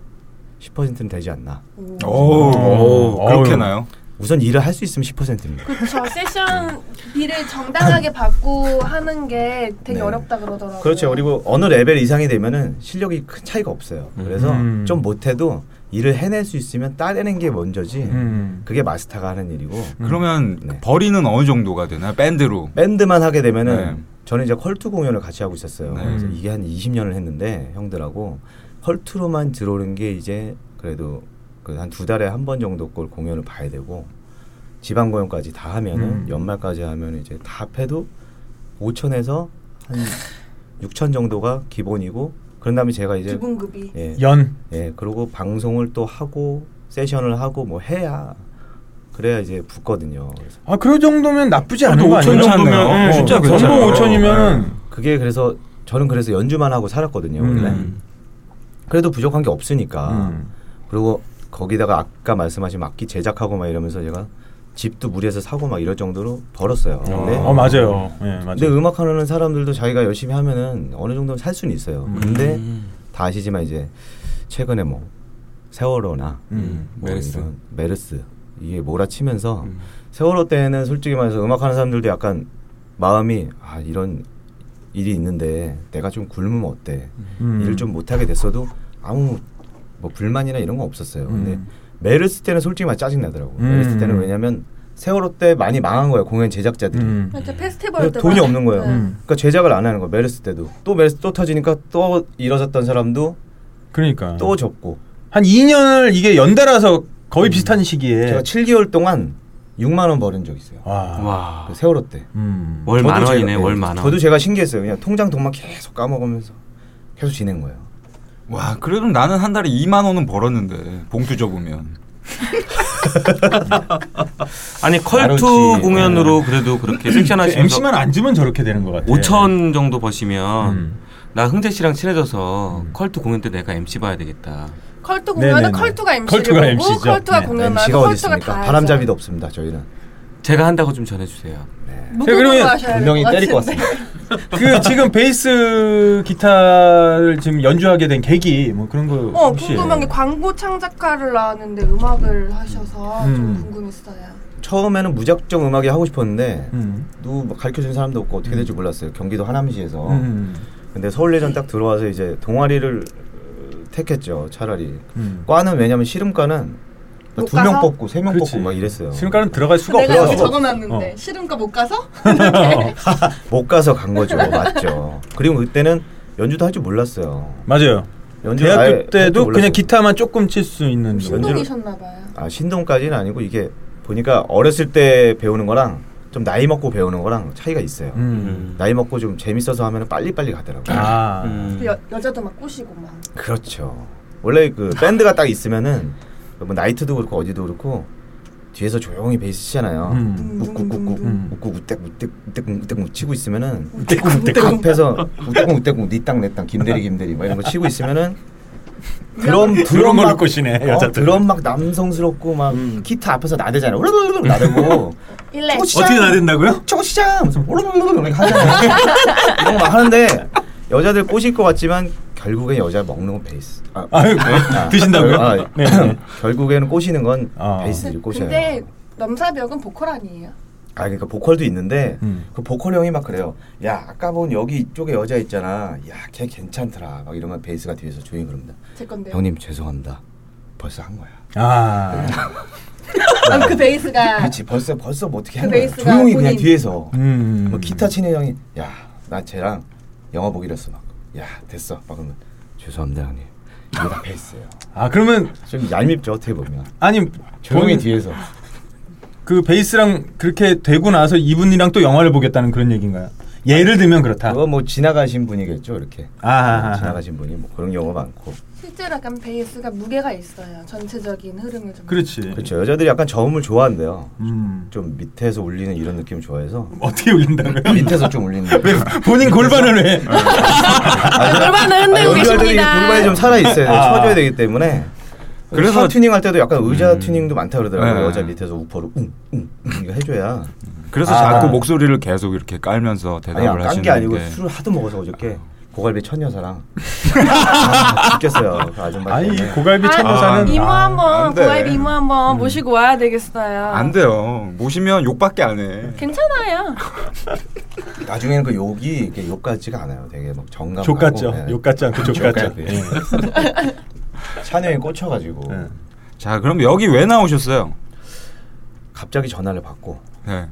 10%는 되지 않나. 오, 음. 오, 오. 어우. 그렇게 나요? 우선 일을 할 수 있으면 10%입니다. 그쵸 세션 일을 정당하게 받고 하는 게 되게 네. 어렵다 그러더라고요 그렇죠. 그리고 어느 레벨 이상이 되면은 실력이 큰 차이가 없어요. 그래서 음. 좀 못해도 일을 해낼 수 있으면 따내는 게 먼저지. 음. 그게 마스터가 하는 일이고 그러면 네. 벌이는 어느 정도가 되나 요 밴드로 밴드만 하게 되면은 네. 저는 이제 컬투 공연을 같이 하고 있었어요. 네. 그래서 이게 한 20년을 했는데 형들하고 컬투로만 들어오는 게 이제 그래도 그 한 두 달에 한 번 정도 꼴 공연을 봐야 되고 지방 공연까지 다 하면은 음. 연말까지 하면 이제 다 합해도 5천에서 한 6천 정도가 기본이고 그런 다음에 제가 이제 기본급이 예, 연 예, 그리고 방송을 또 하고 세션을 하고 뭐 해야 그래야 이제 붙거든요. 그래서 아, 그 정도면 나쁘지 아, 않은 또 거 아니에요? 5천 정도면, 괜찮네요. 예, 어, 진짜 괜찮아요. 전부 5천이면은 그게 그래서 저는 그래서 연주만 하고 살았거든요. 원래. 음. 그래도 부족한 게 없으니까. 음. 그리고 거기다가 아까 말씀하신 악기 제작하고 막 이러면서 제가 집도 무리해서 사고 막 이럴 정도로 벌었어요. 근데, 어, 맞아요. 예, 맞아요. 네. 근데 음악 하는 사람들도 자기가 열심히 하면은 어느 정도는 살 수는 있어요. 근데 다 아시지만 이제 최근에 뭐 세월호나 음. 뭐 메르스. 이런 메르스 이게 몰아치면서 세월호 때는 솔직히 말해서 음악하는 사람들도 약간 마음이 아 이런 일이 있는데 내가 좀 굶으면 어때 음. 일을 좀 못하게 됐어도 아무 뭐 불만이나 이런 건 없었어요. 근데 음. 메르스 때는 솔직히 말 짜증 나더라고. 음. 메르스 때는 왜냐면 세월호 때 많이 망한 거예요 공연 제작자들이. 음. 이제 페스티벌 그래서 때 돈이 막- 없는 거예요. 네. 그러니까 제작을 안 하는 거예요. 메르스 때도 또 메르스 또 터지니까 또 일어섰던 사람도 그러니까 또 접고 한 2년을 이게 연달아서 거의 비슷한 시기에 제가 7개월 동안 6만 원 벌은 적 있어요. 와. 와. 그 세월호 때. 음. 월 저도 만 원이네. 제가- 월 예, 만 원. 저도 제가 신기했어요. 그냥 통장 돈만 계속 까먹으면서 계속 지낸 거예요. 와, 그래도 나는 한 달에 2만 원은 벌었는데 봉투 접으면. 아니 마루치. 컬투 공연으로 그래도 그렇게 섹션 하시면서 MC만 앉으면 저렇게 되는 것 같아요. 5천 정도 버시면 음. 나 흥재 씨랑 친해져서 컬투 공연 때 내가 MC 봐야 되겠다. 컬투 공연은 네네네. 컬투가 MC를 컬투가 보고 MC 죠. 컬투가 네. 공연하고 MC가 어디 컬투가 있습니까? 다 바람잡이도 없습니다. 저희는 제가 한다고 좀 전해주세요. 무릎으로 그러면 하셔야 분명히 때릴 것 같은데. 같습니다. 그 지금 베이스 기타를 지금 연주하게 된 계기 뭐 그런 거 어 혹시 궁금한 게 광고 창작가를 나왔는데 음악을 하셔서 음. 좀 궁금했어요. 처음에는 무작정 음악이 하고 싶었는데 음. 누구 가르쳐 준 사람도 없고 어떻게 될지 몰랐어요. 경기도 하남시에서. 음. 근데 서울예전 딱 들어와서 이제 동아리를 택했죠. 차라리 음. 과는 왜냐면 실음과는 뭐 못 두 명 가서? 뽑고 세 명 그렇지. 뽑고 막 이랬어요. 음. 지금까지는 들어갈 수가 내가 여기 없어서 적어놨는데 어. 실음과 못 가서 못 가서 간 거죠. 맞죠. 그리고 그때는 연주도 할 줄 몰랐요 맞아요. 연주 아예 할 대학교 줄 때도 몰랐어요. 그냥 기타만 조금 칠 수 있는 연주- 운동이셨나 봐요. 아 신동까지는 아니고 이게 보니까 어렸을 때 배우는 거랑 좀 나이 먹고 배우는 거랑 차이가 있어요. 음. 나이 먹고 좀 재밌어서 하면 빨리빨리 가더라고요. 아. 그 여, 여자도 막 꼬시고 막. 그렇죠. 원래 그 밴드가 딱 있으면은 뭐 나이트도 그렇고 어디도 그렇고 뒤에서 조용히 베이스 치잖아요. 음. 욱욱욱욱 음. 욱욱 우택 우택 우택 우택 욱 치고 있으면은 우대국, 우대국. 앞에서 우택 우택 니땅내땅 김대리 김대리 막 이런 거 치고 있으면은 드럼 그런 드럼 걸로 막 꼬시네 음. 어, 여자들. 드럼 막 남성스럽고 막 기타 앞에서 나대잖아요. 우르르르 나대고 일레. 저거 시작! 어떻게 다 된다고요? 저거 시작! 하면서 우르르르 이렇게 하잖아요. 이런 거 막 하는데 여자들 꼬실 것 같지만 결국엔 여자 먹는 건 베이스. 아, 아유, 드신다고요? 아, 네, 네. 결국에는 꼬시는 건 아. 베이스를 꼬셔요. 그, 근데 넘사벽은 보컬 아니에요? 아 그러니까 보컬도 있는데 음. 그 보컬 형이 막 그래요. 야 아까 본 여기 이쪽에 여자 있잖아. 야 걔 괜찮더라. 막 이러면 베이스가 뒤에서 조용히 그럽니다. 제 건데요. 형님 죄송합니다. 벌써 한 거야. 아. 아, 그 베이스가 그렇지 벌써 벌써 뭐 어떻게 그 한 거야. 베이스가 조용히 그냥 본인. 뒤에서 음. 뭐 기타 치는 형이 야 나 쟤랑 영화 보기로 했어 막야 됐어 막 그러면 죄송합니다 형님 이게 다 베이스예요 아, 그러면 좀 얄밉죠 어떻게 보면 아니 조용히 본- 뒤에서 그 베이스랑 그렇게 되고 나서 이분이랑 또 영화를 보겠다는 그런 얘기인가요? 예를 들면 그렇다. 그거 뭐 지나가신 분이겠죠 이렇게 아하하. 지나가신 분이 뭐 그런 경우가 많고 실제로 약간 베이스가 무게가 있어요. 전체적인 흐름을 좀. 그렇지. 그렇죠 여자들이 약간 저음을 좋아한대요 음. 좀 밑에서 울리는 이런 느낌 좋아해서 어떻게 울린다고요? 밑에서 좀 울리는 본인 골반을 왜? 아, 얼마나 흔들고 여자들이 계십니다. 골반이 좀 살아 있어야 돼요 아. 쳐줘야 되기 때문에 그래서- 그래서 튜닝 할 때도 약간 의자 음. 튜닝도 많다 그러더라고요 네. 여자 밑에서 우퍼로 웅웅 이거 해줘야 그래서 아. 자꾸 목소리를 계속 이렇게 깔면서 아니 대답을 안 깐 하시는 게 아니고 게. 술을 하도 먹어서 어저께 아. 고갈비 천여사랑 아, 죽겠어요 그 아줌마 아니 때문에 고갈비 아, 참고사는 음. 이모 아, 안 한번 돼. 고아이비 이모 한번 모시고 와야 되겠어요. 안 돼요. 모시면 욕밖에 안 해. 괜찮아요. 나중에는 그 욕이 이렇게 욕 같지가 않아요 되게 막 정감 족 같죠. 가고, 예. 욕 같지 않고 족 같죠. 족같죠. 찬영이 꽂혀가지고 예. 자, 그럼 여기 왜 나오셨어요? 갑자기 전화를 받고 네.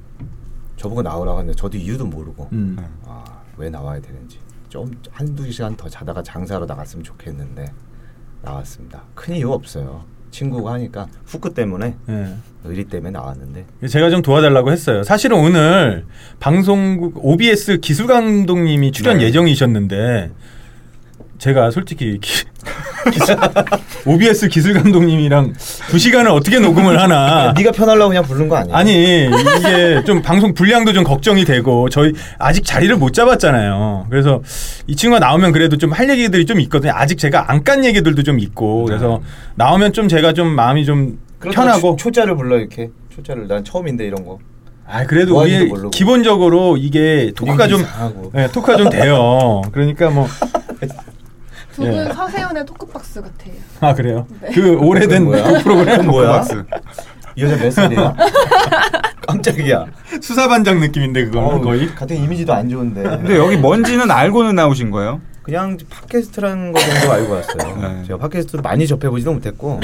저보고 나오라고 하는데 저도 이유도 모르고 음. 아, 왜 나와야 되는지 좀 한두 시간 더 자다가 장사하러 나갔으면 좋겠는데 나왔습니다. 큰 이유 없어요. 친구가 하니까 후크 때문에 예. 의리 때문에 나왔는데 제가 좀 도와달라고 했어요. 사실은 오늘 방송국 OBS 기술 감독님이 출연 네. 예정이셨는데 제가 솔직히 기, 기술- OBS 기술 감독님이랑 두 시간을 어떻게 녹음을 하나? 네가 편하려고 그냥 부른 거 아니야? 아. 아니 이게 좀 방송 분량도 좀 걱정이 되고 저희 아직 자리를 못 잡았잖아요. 그래서 이 친구가 나오면 그래도 좀 할 얘기들이 좀 있거든요. 아직 제가 안 깐 얘기들도 좀 있고 그래서 나오면 좀 제가 좀 마음이 좀 네. 그렇다고 편하고 초, 초자를 불러 이렇게 초자를 난 처음인데 이런 거 아 그래도 뭐 우리 하는지도 모르고. 기본적으로 이게 토크가 좀 이상하고. 예, 토크가 좀 돼요. 그러니까 뭐 아 두 분 예. 서세훈의 토크박스 같아요. 그래요. 그 오래된 뭐야? 프로그램 뭐야? 이 여자 몇 살이야? 깜짝이야. 수사반장 느낌인데 그거는 어우, 거의 같은 이미지도 안 좋은데. 근데 여기 뭔지는 알고는 나오신 거예요? 그냥 팟캐스트라는 거 정도 알고 왔어요. 네. 제가 팟캐스트를 많이 접해보지도 못했고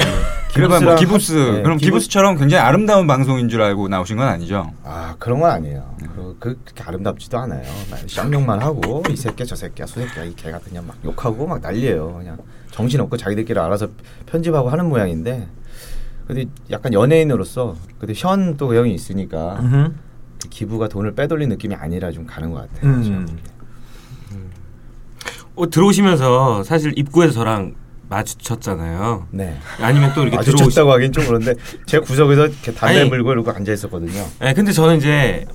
그래봐 뭐 기부스랑 기부스 하- 네, 그럼 기부- 기부스처럼 굉장히 아름다운 방송인 줄 알고 나오신 건 아니죠? 아 그런 건 아니에요. 그- 그렇게 아름답지도 않아요. 막 쌍욕만 하고 이 새끼 저 새끼야 수 새끼야 이 개가 그냥 막 욕하고 막 난리예요. 그냥 정신 없고 자기들끼리 알아서 편집하고 하는 모양인데 근데 약간 연예인으로서 근데 현또 그 형이 있으니까 음. 그 기부가 돈을 빼돌린 느낌이 아니라 좀 가는 것 같아요. 그렇죠? 음. 어, 들어오시면서 사실 입구에서 저랑 마주쳤잖아요. 네. 아니면 또 이렇게 아주 들어오시. 좋다고 하긴 좀 그런데 제 구석에서 이렇게 담배 아니. 물고 이러고 앉아 있었거든요. 네, 근데 저는 이제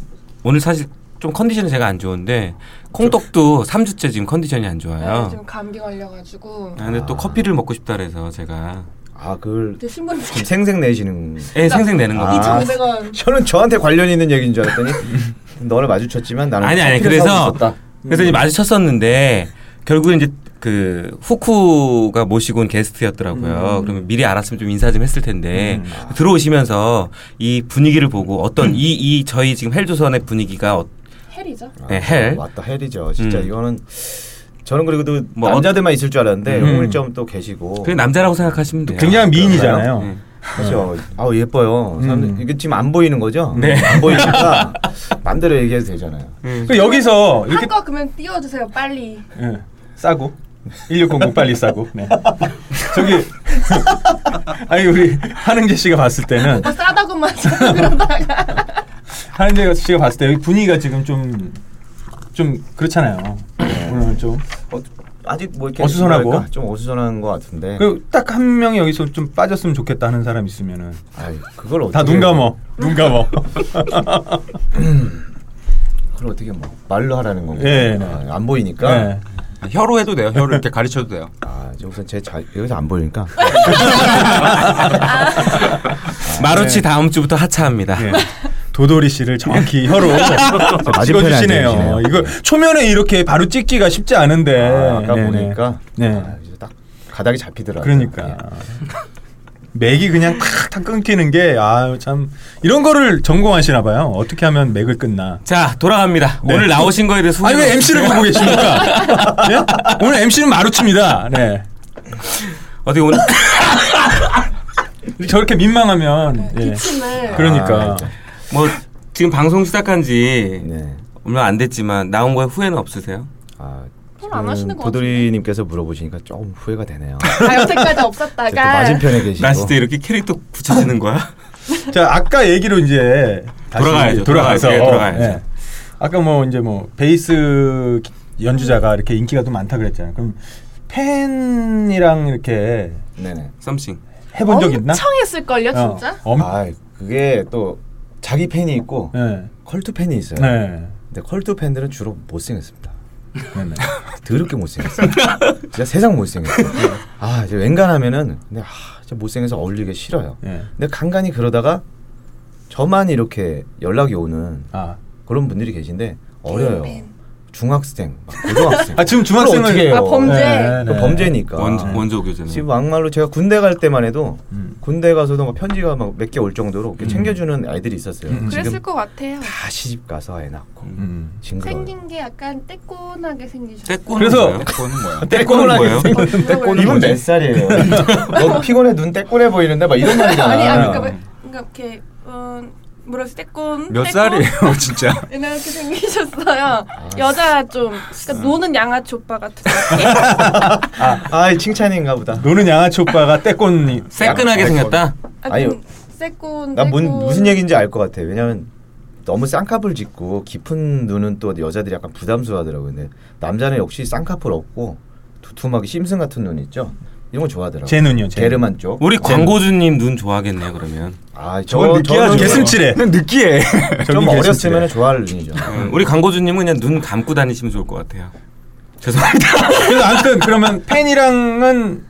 오늘 사실 좀 컨디션이 제가 안 좋은데 콩떡도 3주째 지금 컨디션이 안 아, 좋아요. 지금 감기 걸려가지고. 아, 근데 또 아. 커피를 먹고 싶다 그래서 제가 아 그걸 근데 신분 지금 생생 내시는 애 생생 내는 거. 아. 아. 2,500원. 저는 저한테 관련 있는 얘기인 줄 알았더니 너를 마주쳤지만 나는 아니, 아니, 커피를 사고 그래서- 있었다. 그래서 이제 마주쳤었는데 결국 이제 그 후쿠가 모시고 온 음. 게스트였더라고요. 그러면 미리 알았으면 좀 인사 좀 했을 텐데 들어오시면서 이 분위기를 보고 음. 어떤 이 이 저희 지금 헬조선의 분위기가 어, 헬이죠. 네, 헬. 아, 맞다 헬이죠. 진짜 음. 이거는 저는 그리고 또 뭐 남자들만 있을 줄 알았는데 음. 홍일점 또 계시고 그냥 남자라고 생각하시면 돼요. 굉장히 미인이잖아요. 네. 그렇죠. 아우 예뻐요. 사람들 음. 이게 지금 안 보이는 거죠? 네. 안 보이니까 마음대로 얘기해도 되잖아요. 그 여기서 이렇게 한거 그러면 띄워주세요 빨리. 예. 싸고 1600 빨리 싸고. 네. 저기 아니 우리 한은재 씨가 봤을 때는 오빠 싸다고만 자꾸 네. 그러다가. 한은재 씨가 봤을 때 여기 분위기가 지금 좀 좀 그렇잖아요. 오늘 좀. 어, 아직 뭐 이렇게 어수선하고? 뭐랄까? 좀 어수선한 것 같은데. 그, 그 딱 한 명이 여기서 좀 빠졌으면 좋겠다 하는 사람 있으면은 아이, 그걸 어떻게 다 눈 감어. 눈 감어. 그걸 어떻게 뭐 말로 하라는 건가요? 예, 네. 아, 안 보이니까. 네. 혀로 해도 돼요. 혀로 이렇게 가르쳐도 돼요. 아, 이제 우선 제 자, 여기서 안 보이니까. 네. 마루치 다음 주부터 하차합니다. 예. 도돌이 씨를 정확히 혀로 맞은편에 앉아 찍어주시네요. 계시네요. 이거 초면에 이렇게 바로 찍기가 쉽지 않은데. 아, 아까 네네. 보니까 네. 아, 이제 딱 가닥이 잡히더라고요. 예. 그러니까 맥이 그냥 탁탁 끊기는 게 아 참 이런 거를 전공하시나 봐요. 어떻게 하면 맥을 끊나. 자 돌아갑니다. 네. 오늘 나오신 거에 대해서 아니 왜 후회가 MC를 보고 없으세요? 계십니까? 예? 오늘 MC는 마루치입니다. 네. 어떻게 오늘 저렇게 민망하면 예. 네, 기침을. 그러니까 뭐 지금 방송 시작한 지 예. 네. 얼마 안 됐지만 나온 거에 후회는 없으세요? 아, 별로 안 하시는 것 도돌이님께서 물어보시니까 조금 후회가 되네요. 아, 여태까지 이제 또 없었다가. 맞은편에 계시고. 나 진짜 이렇게 캐릭터 붙여지는 거야? 자 아까 얘기로 이제 다시 돌아가야죠. 돌아가서 돌아가야죠. 돌아가야죠. 예. 아까 뭐 이제 뭐 베이스 기- 연주자가 이렇게 인기가 또 많다 그랬잖아요. 그럼 팬이랑 이렇게 네네. 썸씽. 해본 적 있나? 엄청 했을걸요 어. 진짜. 엄, 아, 그게 또 자기 팬이 있고 예. 컬투 팬이 있어요. 네. 근데 컬투 팬들은 주로 못생겼습니다. 네네. 더럽게 못생겼어요. 진짜 세상 못생겼어요. 아, 이제 웬간하면은 근데 아, 진짜 못생겨서 어울리기 싫어요. 예. 근데 간간히 그러다가 저만 이렇게 연락이 오는 아. 그런 분들이 계신데 어려요. 개인 팬. 중학생, 막 고등학생. 아, 지금 중학생을- 그걸 어떻게 해요? 아 범죄. 네, 그 네. 범죄니까. 원 원조 지금 교재는. 막말로 제가 군대 갈 때만 해도 음. 군대 가서도 막 편지가 막 몇 개 올 정도로 이렇게 챙겨주는 아이들이 있었어요. 음. 지금 그랬을 것 같아요. 다 시집 가서 애 낳고 음. 징그러워. 생긴 게 약간 떼꼬나게 생기셨어요. 떼꼬는 그래서- 뭐예요? 그거는 뭐야? 떼꼬는 뭐예요? 떼꼬는 이분 몇 살이에요? 너 피곤해 눈 때꼬래 보이는데 막 이런 말이잖아. 그러니까 아니, 아니 그러니까, 왜- 그러니까 이렇게 음, 물었을 때꼰 몇 때꼰 살이에요, 진짜? 이렇게 생기셨어요. 여자 좀 그러니까 노는 양아치 오빠 같은. 아, 칭찬인가 보다. 노는 양아치 오빠가 떼꼰이 새끈하게 생겼다. 아니요. 그 세꼰. 난 뭔, 무슨 얘기인지 알 것 같아. 왜냐면 너무 쌍꺼풀 짓고 깊은 눈은 또 여자들이 약간 부담스러워하더라고요. 근데 남자는 역시 쌍꺼풀 없고 두툼하게 심슨 같은 눈 있죠. 이런 거 좋아하더라고요. 제 눈이요, 제 게르만 쪽. 우리 광고주님 눈 좋아하겠네요 그러면. 아, 저 저건 느끼하죠. 저는 개슴치레. 그냥 네, 느끼해. 좀 저기 계신 어렸으면 좋아할 눈이죠. 음, 우리 광고주님은 그냥 눈 감고 다니시면 좋을 것 같아요. 죄송합니다. 그래서 아무튼 그러면 팬이랑은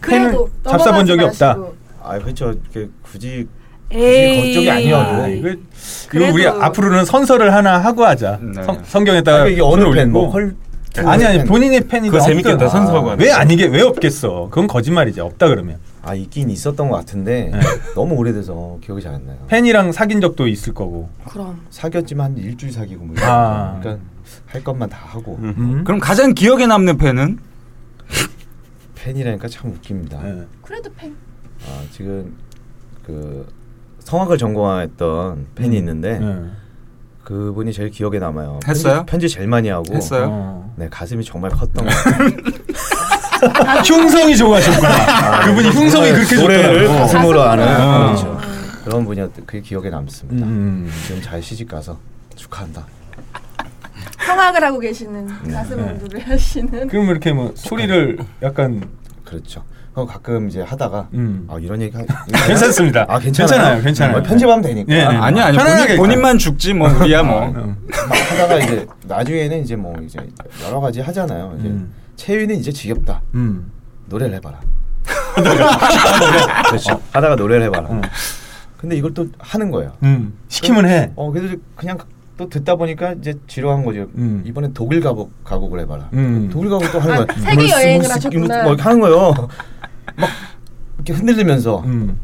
그래도 팬을 잡숴본 적이 넘어가지 없다. 마시고. 아, 그렇죠. 이렇게 굳이 에이. 걱정이 아니어도. 아, 네. 이거 이거 그래도- 우리 앞으로는 선서를 하나 하고 하자. 네. 성, 성경에다가 아, 이게 어느 줄 팬, 뭐 올리고. 헐, 네. 아니 아니 팬. 본인의 팬이다. 그거 재밌겠다 없다. 선수하고. 하는 왜 거. 아니게 왜 없겠어? 그건 거짓말이지. 없다 그러면 아 있긴 있었던 것 같은데 네. 너무 오래돼서 기억이 잘 안 나요. 팬이랑 사귄 적도 있을 거고. 그럼. 사귀었지만 한 일주일 사귀고 뭐. 아. 아. 그러니까 할 것만 다 하고 음? 그럼 가장 기억에 남는 팬은? 팬이라니까 참 웃깁니다. 네. 그래도 팬. 아, 지금 그 성악을 전공했던 팬이 있는데 네. 그분이 제일 기억에 남아요. 했어요? 편지, 편지 제일 많이 하고. 했어요? 어. 네 가슴이 정말 컸던 것 같아요. 아. 흉성이 좋아하셨구나. 그분이 흉성이 그렇게 어. 노래를 좋더라고. 가슴으로 아는 아. 그렇죠. 그런 분이었 그게 기억에 남습니다. 음. 지금 잘 시집 가서 축하한다. 성악을 하고 계시는 네. 가슴 운동을 하시는. 그럼 이렇게 뭐 소리를 약간 그렇죠. 그럼 가끔 이제 하다가 음. 아 이런 얘기 하... 괜찮습니다. 아 괜찮아요. 괜찮아요, 괜찮아요. 어, 편집하면 되니까. 네, 네. 아, 아니 아니 편안하게 본인, 본인만 죽지 뭐 우리야 뭐. 막 하다가 이제 나중에는 이제 뭐 이제 여러 가지 하잖아요. 이제 음. 채윤이 이제 지겹다. 음. 노래를 해봐라. 그렇죠. 하다가 노래를 해봐라. 근데 이걸 또 하는 거예요. 어. 음. 시키면 해. 어 그래서 이제 그냥 또 듣다 보니까 이제 지루한 거죠. 음. 이번에 독일 가곡 가곡을 해봐라. 음. 독일 가곡 또 하는 아, 거야. 세계 무슨, 여행을 무슨, 하셨구나. 무슨, 뭐 하는 거예요. 막 이렇게 흔들리면서 음.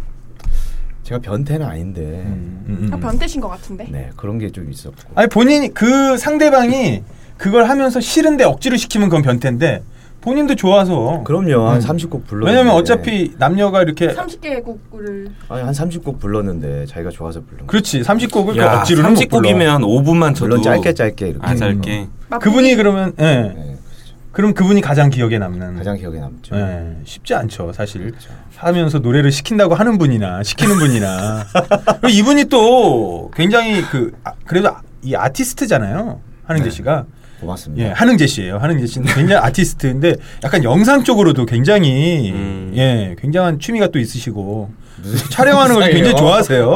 제가 변태는 아닌데 음. 아, 변태신 것 같은데. 네 그런 게 좀 있었고. 아니 본인이 그 상대방이 그걸 하면서 싫은데 억지로 시키면 그건 변태인데 본인도 좋아서 그럼요 한 30곡 음. 불렀. 왜냐면 어차피 남녀가 이렇게 30개국을 아니 한 30곡 불렀는데 자기가 좋아서 부른 거. 그렇지 30곡을 야, 억지로는 못 불러. 그러니까 30곡이면 5분만 쳐도 물론 짧게 짧게 이렇게. 아 짧게. 그분이 그러면 예. 네, 그렇죠. 그럼 그분이 가장 기억에 남는 가장 기억에 남죠. 예. 쉽지 않죠 사실 하면서 노래를 시킨다고 하는 분이나 시키는 분이나 그리고 이분이 또 굉장히 그 아, 그래도 아- 이 아티스트잖아요 한은재 씨가 고맙습니다. 네. 예, 한흥재 씨예요. 한흥재 씨는 굉장히 아티스트인데 약간 영상 쪽으로도 굉장히 음. 예, 굉장한 취미가 또 있으시고 촬영하는 걸 상이에요? 굉장히 좋아하세요.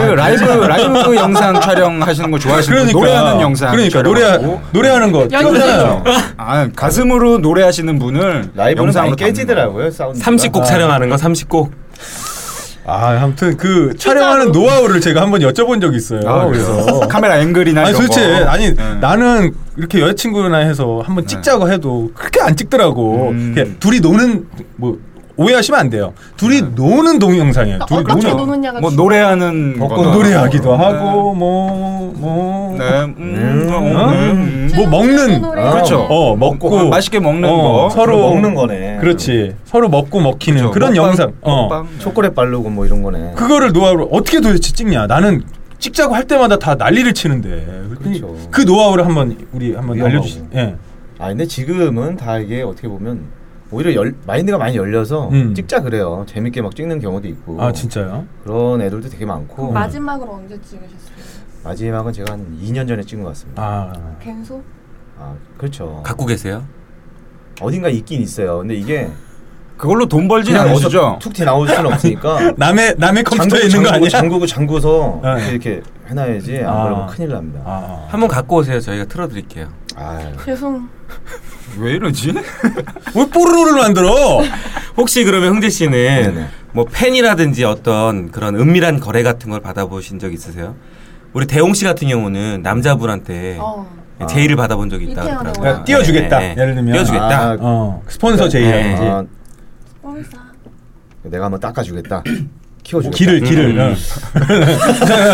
그 라이브 라이브 영상 촬영하시는 거 좋아하시는 분, 네. 그러니까 노래하는 영상 그러니까 노래 촬영하고. 노래하는 거 찍잖아요. 아 가슴으로 노래하시는 분을 라이브는 영상으로 많이 깨지더라고요 아, 사운드. 30곡 촬영하는 거 30곡. 아, 아무튼 그 촬영하는 노하우를 제가 한번 여쭤본 적이 있어요. 아, 그래서 그래서 카메라 앵글이나 아니 이런 도대체 거. 아니 네. 나는 이렇게 여자친구나 해서 한번 찍자고 해도 그렇게 안 찍더라고. 음. 그냥 둘이 노는 뭐 오해하시면 안 돼요. 둘이 네. 노는 동영상이에요. 둘이 어떻게 그렇죠. 노는 노느냐가 뭐 중요해요. 노래하는 벚꽃 거나. 노래하기도 네. 하고 뭐 뭐. 네. 음, 음, 어? 음. 뭐 먹는 노래. 아, 그렇죠. 어 먹고 맛있게 먹는 어, 거. 서로 먹는 거네. 그렇지 서로 먹고 그렇죠. 먹히는 음, 그런 먹방, 영상 어 먹방. 초콜릿 바르고 뭐 이런 거네. 그거를 노하우로 어떻게 도대체 찍냐 나는 찍자고 할 때마다 다 난리를 치는데 그랬더니 그 그렇죠. 노하우를 한번 우리 한번 위험하고. 알려주시 예 아 근데 지금은 다 이게 어떻게 보면 오히려 열, 마인드가 많이 열려서 음. 찍자 그래요. 재밌게 막 찍는 경우도 있고. 아 진짜요 음. 그런 애들도 되게 많고. 마지막으로 언제 찍으셨어요? 마지막은 제가 한 2년 전에 찍은 것 같습니다. 아, 아 겐소? 그렇죠. 갖고 계세요? 어딘가 있긴 있어요. 근데 이게 그걸로 돈 벌지는 그냥 않으시죠? 어디서 툭 튀어나올 수는 없으니까. 남의 남의 컴퓨터에 있는 거 아니야 잠그고 잠그서 네. 이렇게 해놔야지 안 아. 그러면 큰일 납니다. 아 한번 갖고 오세요. 저희가 틀어드릴게요. 아유. 죄송. 왜 이러지? 왜 뽀로로를 만들어 아. 혹시 그러면 흥재 씨는 네네. 뭐 팬이라든지 어떤 그런 은밀한 거래 같은 걸 받아보신 적 있으세요? 우리 대홍 씨 같은 경우는 네. 남자분한테 어. 제의를 받아본 적이 있다 이태원에 그러더라고요. 아, 띄워주겠다. 네, 네. 예를 들면. 띄워주겠다. 아, 어 스폰서 제의라든지 아, 뻘사. 내가 한번 닦아주겠다. 키워주겠다. 길을 길을 음. 어.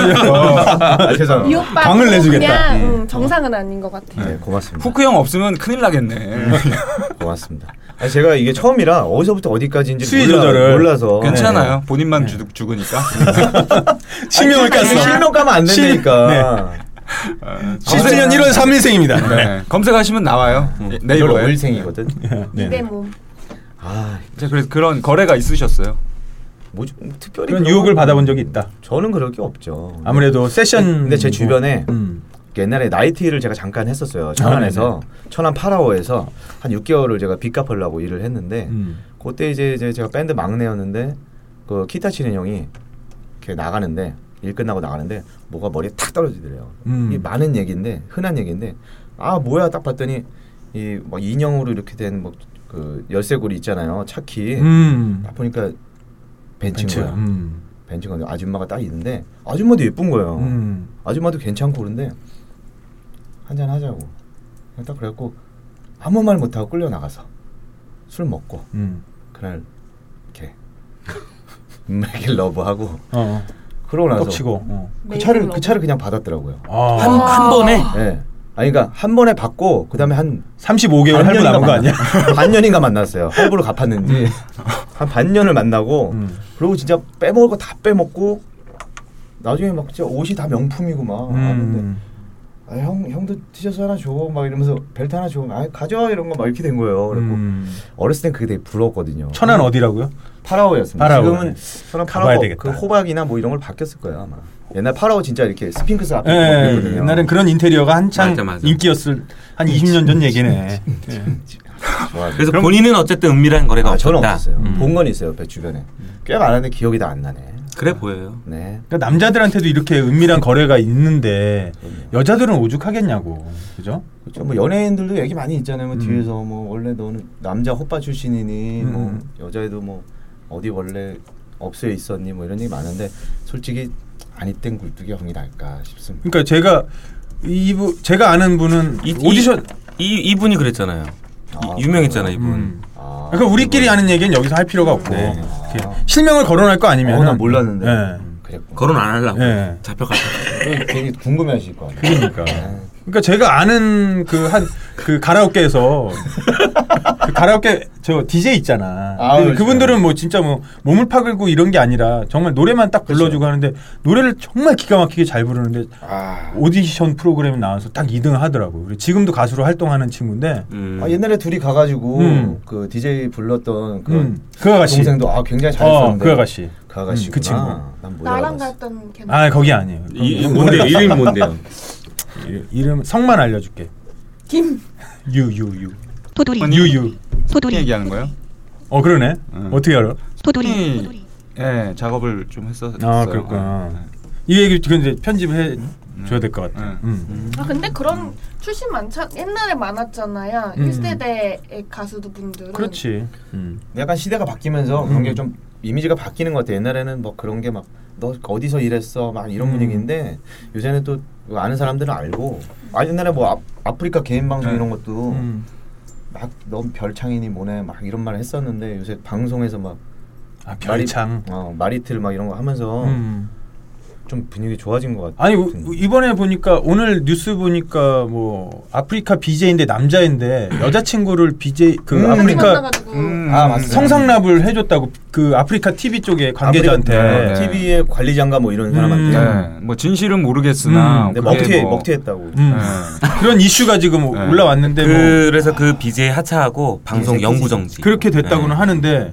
아, 이 죄송합니다. 오빠 광을 어, 내주겠다. 네. 그냥 음, 정상은 아닌 것 같아요. 네, 고맙습니다. 후크 형 없으면 큰일 나겠네. 고맙습니다. 아니, 제가 이게 처음이라 어디서부터 어디까지인지 수위 몰라, 조절을. 몰라서 네. 괜찮아요. 본인만 주, 죽으니까. 음. 실명을 깠어. 실명 까면 안 실- 네. 된다니까. 실수년 1월 3일생입니다. 아, 네. 검색하시면 나와요. 예, 이걸 네이버에. 음. 오일생이거든. 입에 몸. 아 자, 그래서 그런 거래가 있으셨어요. 뭐죠? 뭐 특별히 그런 그런- 유혹을 받아본 적이 있다. 저는 그럴 게 없죠. 아무래도 세션. 근데 제 주변에 음. 옛날에 나이트를 제가 잠깐 했었어요. 아, 천안에서 천안 파라오에서 한 6개월을 제가 빚 갚으려고 일을 했는데 음. 그때 이제, 이제 제가 밴드 막내였는데 그 기타 치는 형이 이렇게 나가는데 일 끝나고 나가는데 뭐가 머리에 탁 떨어지더래요. 음. 이게 많은 얘기인데 흔한 얘기인데 아 뭐야 딱 봤더니 이뭐 인형으로 이렇게 된 뭐 그 열쇠고리 있잖아요. 차키 음. 네, 딱 보니까 벤츠인 벤츠. 거야. 음. 벤츠가 아니라 아줌마가 딱 있는데 아줌마도 예쁜 거예요. 음. 아줌마도 괜찮고 그런데 한잔 하자고 그냥 딱 그래갖고 아무 말 못하고 끌려 나가서 술 먹고 음. 그날 이렇게 맥을 러브하고 어. 그러고 나서 떡치고. 어. 그 차를 매일 어. 그 차를 그냥 받았더라고요. 아. 한, 한 번에 예. 아니 그러니까 한 번에 받고 그다음에 한 35개월 할부 남은 거 아니야? 만나- 반년인가 만났어요. 할부로 갚았는지 한 반년을 만나고 음. 그리고 진짜 빼먹을 거 다 빼먹고 나중에 막 진짜 옷이 다 명품이고 막 하는데 음. 아, 형 형도 티셔츠 하나 줘 막 이러면서 벨트 하나 줘아 가져 이런 거 막 이렇게 된 거예요. 그래갖고 음. 어렸을 땐 그게 되게 부러웠거든요. 천안 어디라고요? 파라오였습니다. 파라오. 네. 지금은 저는 가봐야 파라오 되겠다. 그 호박이나 뭐 이런 걸 바뀌었을 거예요 아마. 옛날 파라오 진짜 이렇게 스핑크스 앞에 예, 있거든요. 옛날엔 그런 인테리어가 한창 맞아, 맞아. 인기였을 한 20년 전 네, 얘기네. 예. 좋아하는. 그래서 본인은 어쨌든 은밀한 거래가 아, 저는 없었다. 없었어요. 음. 본 건 있어요 배 주변에 음. 꽤 많았는데 기억이 다 안 나네. 그래 보여요. 네. 그러니까 남자들한테도 이렇게 은밀한 거래가 있는데 여자들은 오죽하겠냐고. 그죠? 그렇죠. 뭐 연예인들도 얘기 많이 있잖아요. 뭐 음. 뒤에서 뭐 원래 너는 남자 호빠 출신이니 뭐 음. 여자애도 뭐 어디 원래 업소에 있었니 뭐 이런 얘기 많은데 솔직히 아니땐 굴뚝이 형이 날까 싶습니다. 그러니까 제가 이분 제가 아는 분은 이- 오디션 이 이분이 그랬잖아요. 아, 이- 유명했잖아요, 이분. 음. 아, 그러니까 우리끼리 하는 얘기는 여기서 할 필요가 없고 네. 이렇게 실명을 거론할 거 아니면 어, 나 몰랐는데. 예. 그랬고. 거론 안 하려고 예. 잡혀갔다. 그건 괜히 궁금해하실 거 아니에요. 그러니까. 네. 그러니까 제가 아는 그 한 그 가라오케에서 그 가라오케 저 DJ 있잖아. 아, 근데 그렇죠. 그분들은 뭐 진짜 뭐 몸을 파글고 이런 게 아니라 정말 노래만 딱 그렇죠. 불러주고 하는데 노래를 정말 기가 막히게 잘 부르는데 아, 오디션 프로그램에 나와서 딱 2등 하더라고. 그리고 지금도 가수로 활동하는 친구인데 음. 아, 옛날에 둘이 가가지고 음. 그 DJ 불렀던 그, 음, 그 아가씨. 동생도 아 굉장히 어, 잘했었는데 그 아가씨. 그 아가씨구나. 그 친구. 난 모자 나랑 알아봤어. 갔던 걔. 아, 거기 아니에요. 이, 이 뭔데요? 이름이 뭔데요? 이- 이름 성만 알려 줄게. 김. 유유유. 도돌이 유유. 이 도돌이 얘기하는 거예요? 어, 그러네. 음. 어떻게 알아? 도돌이 이- 도돌이 예, 작업을 좀 했었어요. 아, 그렇구나. 이 얘기 지금 이제 편집을 해 줘야 될 것 같아. 음. 음. 아 근데 그런 출신 많잖 옛날에 많았잖아요. 음. 1세대의 가수들 분들은 그렇지. 음. 약간 시대가 바뀌면서 그런 음. 게 좀 이미지가 바뀌는 것 같아. 옛날에는 뭐 그런 게 막 너 어디서 일했어 막 이런 음. 분위기인데 요새는 또뭐 아는 사람들은 알고 아 옛날에 뭐 아, 프리카 개인 방송 네. 이런 것도 음. 막넌 별창이니 뭐네 막 이런 말을 했었는데 요새 방송에서 막 아, 별창. 마리, 어, 마리틀 막 이런 거 하면서 음. 좀 분위기 좋아진 것 같아. 아니 우- 이번에 보니까 오늘 뉴스 보니까 뭐 아프리카 BJ인데 남자인데 여자친구를 BJ 그 음. 아프리카 만나가지고 아, 맞습니다. 성상납을 해줬다고 그 아프리카 TV 쪽에 관계자한테 아프리카- 네. TV의 관리장가 뭐 이런 사람한테 음. 네, 뭐 진실은 모르겠으나 음, 근데 그게 네, 먹튀 뭐- 먹튀했다고. 음. 예. 그런 이슈가 지금 네. 올라왔는데 뭐 네, 그래서 그 BJ 하차하고 방송 새끼지. 영구 정지. 예. 그렇게 됐다고는 네. 하는데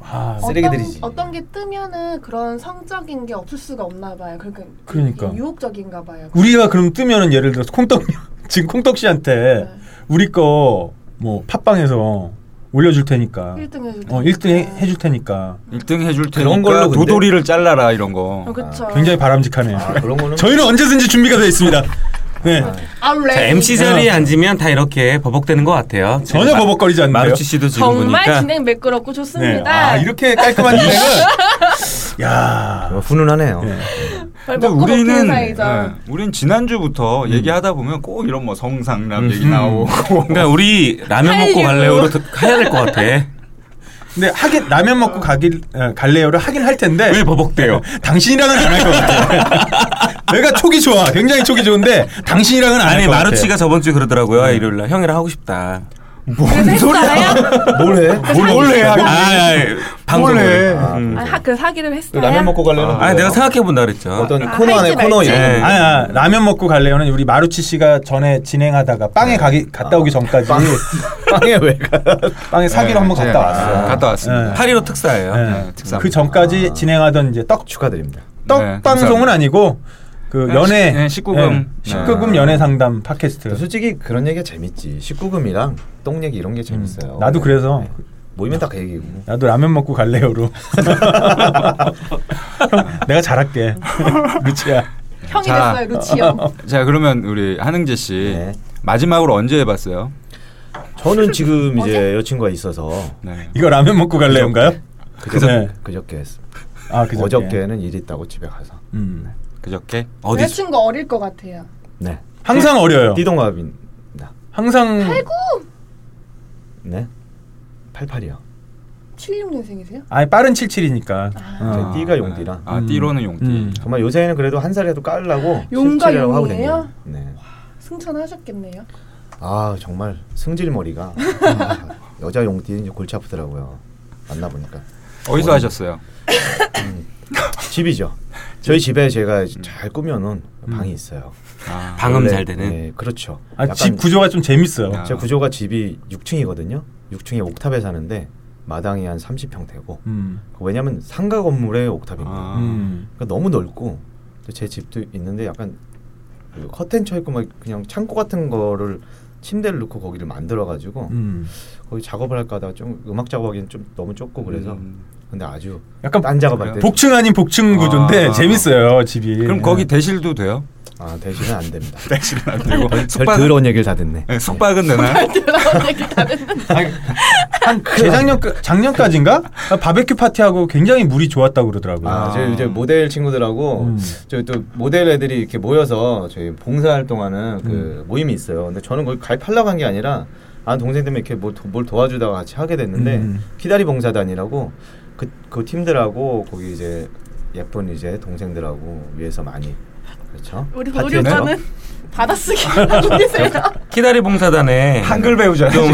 아 쓰레기들이지. 어떤, 어떤 게 뜨면은 그런 성적인 게 없을 수가 없나 봐요. 그러니까, 그러니까. 음. 유혹적인가 봐요. 우리가 그럼 뜨면은 예를 들어서 콩떡 지금 콩떡 예. 씨한테 네. 우리 거 뭐 팟빵에서 올려줄 테니까 1등 해줄 어 1등 해, 해줄 테니까 1등 해줄 그런 테니까 걸로 근데- 도돌이를 잘라라 이런 거. 어, 아. 그쵸. 굉장히 바람직하네요. 아 그런 거는 저희는 언제든지 준비가 되어 있습니다. 네. 아, 레. 자, MC 자리에 앉으면 다 이렇게 버벅대는 것 같아요. 전혀 마- 버벅거리지 않네요. 마루치 씨도 지금 정말 보니까 진행 매끄럽고 네. 좋습니다. 아, 이렇게 깔끔한 네. 진행은 야. 어, 훈훈하네요. 근데 먹고 먹히는 우리는 사이죠. 예, 우린 지난주부터 얘기하다 보면 꼭 이런 뭐 성상남 얘기 나오고 뭐 그러니까 우리 라면 먹고 갈래요로 더- 해야 될 것 같아. 왜 근데 하긴 라면 먹고 가길 어, 갈래요를 하긴 할 텐데 버벅대요? 당신이랑은 안 할 것 같아. 내가 촉이 좋아. 굉장히 촉이 좋은데 당신이랑은 안 해. 아니 마루치가 저번 주에 그러더라고요. 일요일 날 형이랑 하고 싶다. 그래서 했어요. 뭘 해? 몰래 아, 하기. 그러니까. 아, 그 몰래. 방송을. 아, 음. 아, 하- 그래서 하기를 그 했어요. 라면 먹고 갈래는 아, 뭐야? 아, 내가 생각해 본다 그랬죠. 어떤 아, 코너 안에 할지 코너 말지. 이런 거. 예. 아야 라면 먹고 갈래요는 우리 마루치 씨가 전에 진행하다가 네. 빵에 가기 갔다 아. 오기 전까지 빵. 빵에 왜 가? 빵에 사기로 한번 갔다 왔어. 네. 예, 아, 갔다 왔습니다. 예. 8.15 특사예요. 예. 특사. 그 전까지 진행하던 이제 떡 아, 축하드립니다. 떡 네, 방송은 아. 감사합니다. 아니고 그 네, 연애 시- 네, 19금. 네. 19금 연애 상담 팟캐스트. 솔직히 그런 얘기가 재밌지. 19금이랑 똥 얘기 이런 게 재밌어요. 음. 나도 그래서 모이면 다 그 얘기고. 나도 라면 먹고 갈래요로. 내가 잘할게. 루치야. 형이 자. 됐어요, 루치 형. 자 그러면 우리 한흥재 예. 씨 네. 마지막으로 언제 해봤어요? 저는 지금 이제 여친과 있어서 네. 이거 라면 먹고 갈래요인가요? 그저께 네. 그저께 했습니다. 아, 그저께. 어저께는 일 있다고 집에 가서. 음. 그저께. 어디 수- 여자친구 어릴 것 같아요. 네. 항상 어려요. 띠동갑입니다. 항상 네. 88이요. 76년생이세요? 아니 빠른 77이니까. 아, 띠가 용띠라. 아 띠로는 용띠. 음. 정말 요새는 그래도 한 살이라도 깔라고 용과 77이라고 하고 용이에요? 다녀요. 네. 승천하셨겠네요. 아 정말 승질 머리가 아, 여자 용띠는 이제 골치 아프더라고요. 만나 보니까 어디서 하셨어요? 집이죠. 저희 집에 제가 음. 잘 꾸며놓은 방이 있어요. 아, 방음 원래, 잘 되는. 네, 그렇죠. 아, 약간 집 구조가 아. 좀 재밌어요. 야. 제 구조가 집이 6층이거든요. 6층에 옥탑에 사는데 마당이 한 30평 되고 음. 왜냐면 상가 건물의 옥탑입니다. 아. 음. 그러니까 너무 넓고 또제 집도 있는데 약간 그 커튼 쳐 있고 막 그냥 창고 같은 거를 침대를 놓고 거기를 만들어 가지고 음. 거기 작업을 할까 하다가 좀 음악 작업하기엔 좀 너무 좁고 그래서 음. 근데 아주 약간 딴 작업할 때 복층 아닌 복층 구조인데 아. 재밌어요 집이. 예. 그럼 거기 대실도 돼요? 아, 대신은 안 됩니다. 예. 대실은 안 되고 별 숙박. 더러운 얘기를 다 듣네. 네, 숙박은 되나요? 그런 얘기 다 했는데. 한 재작년 작년까지인가 바베큐 파티하고 굉장히 물이 좋았다고 그러더라고요. 아, 저희 이제 모델 친구들하고 음. 저희 또 모델 애들이 이렇게 모여서 저희 봉사활동하는 그 음. 모임이 있어요. 근데 저는 거기 가입하려고 한 게 아니라 아는 동생 때문에 이렇게 뭘, 도- 뭘 도와주다가 같이 하게 됐는데 음. 기다리 봉사단이라고 그, 그 팀들하고 거기 이제 예쁜 이제 동생들하고 위해서 많이 그렇죠. 우리 우리 파티했죠? 오빠는 받아쓰기 하고 계세요. 키다리 봉사단에 한글 예, 배우자 좀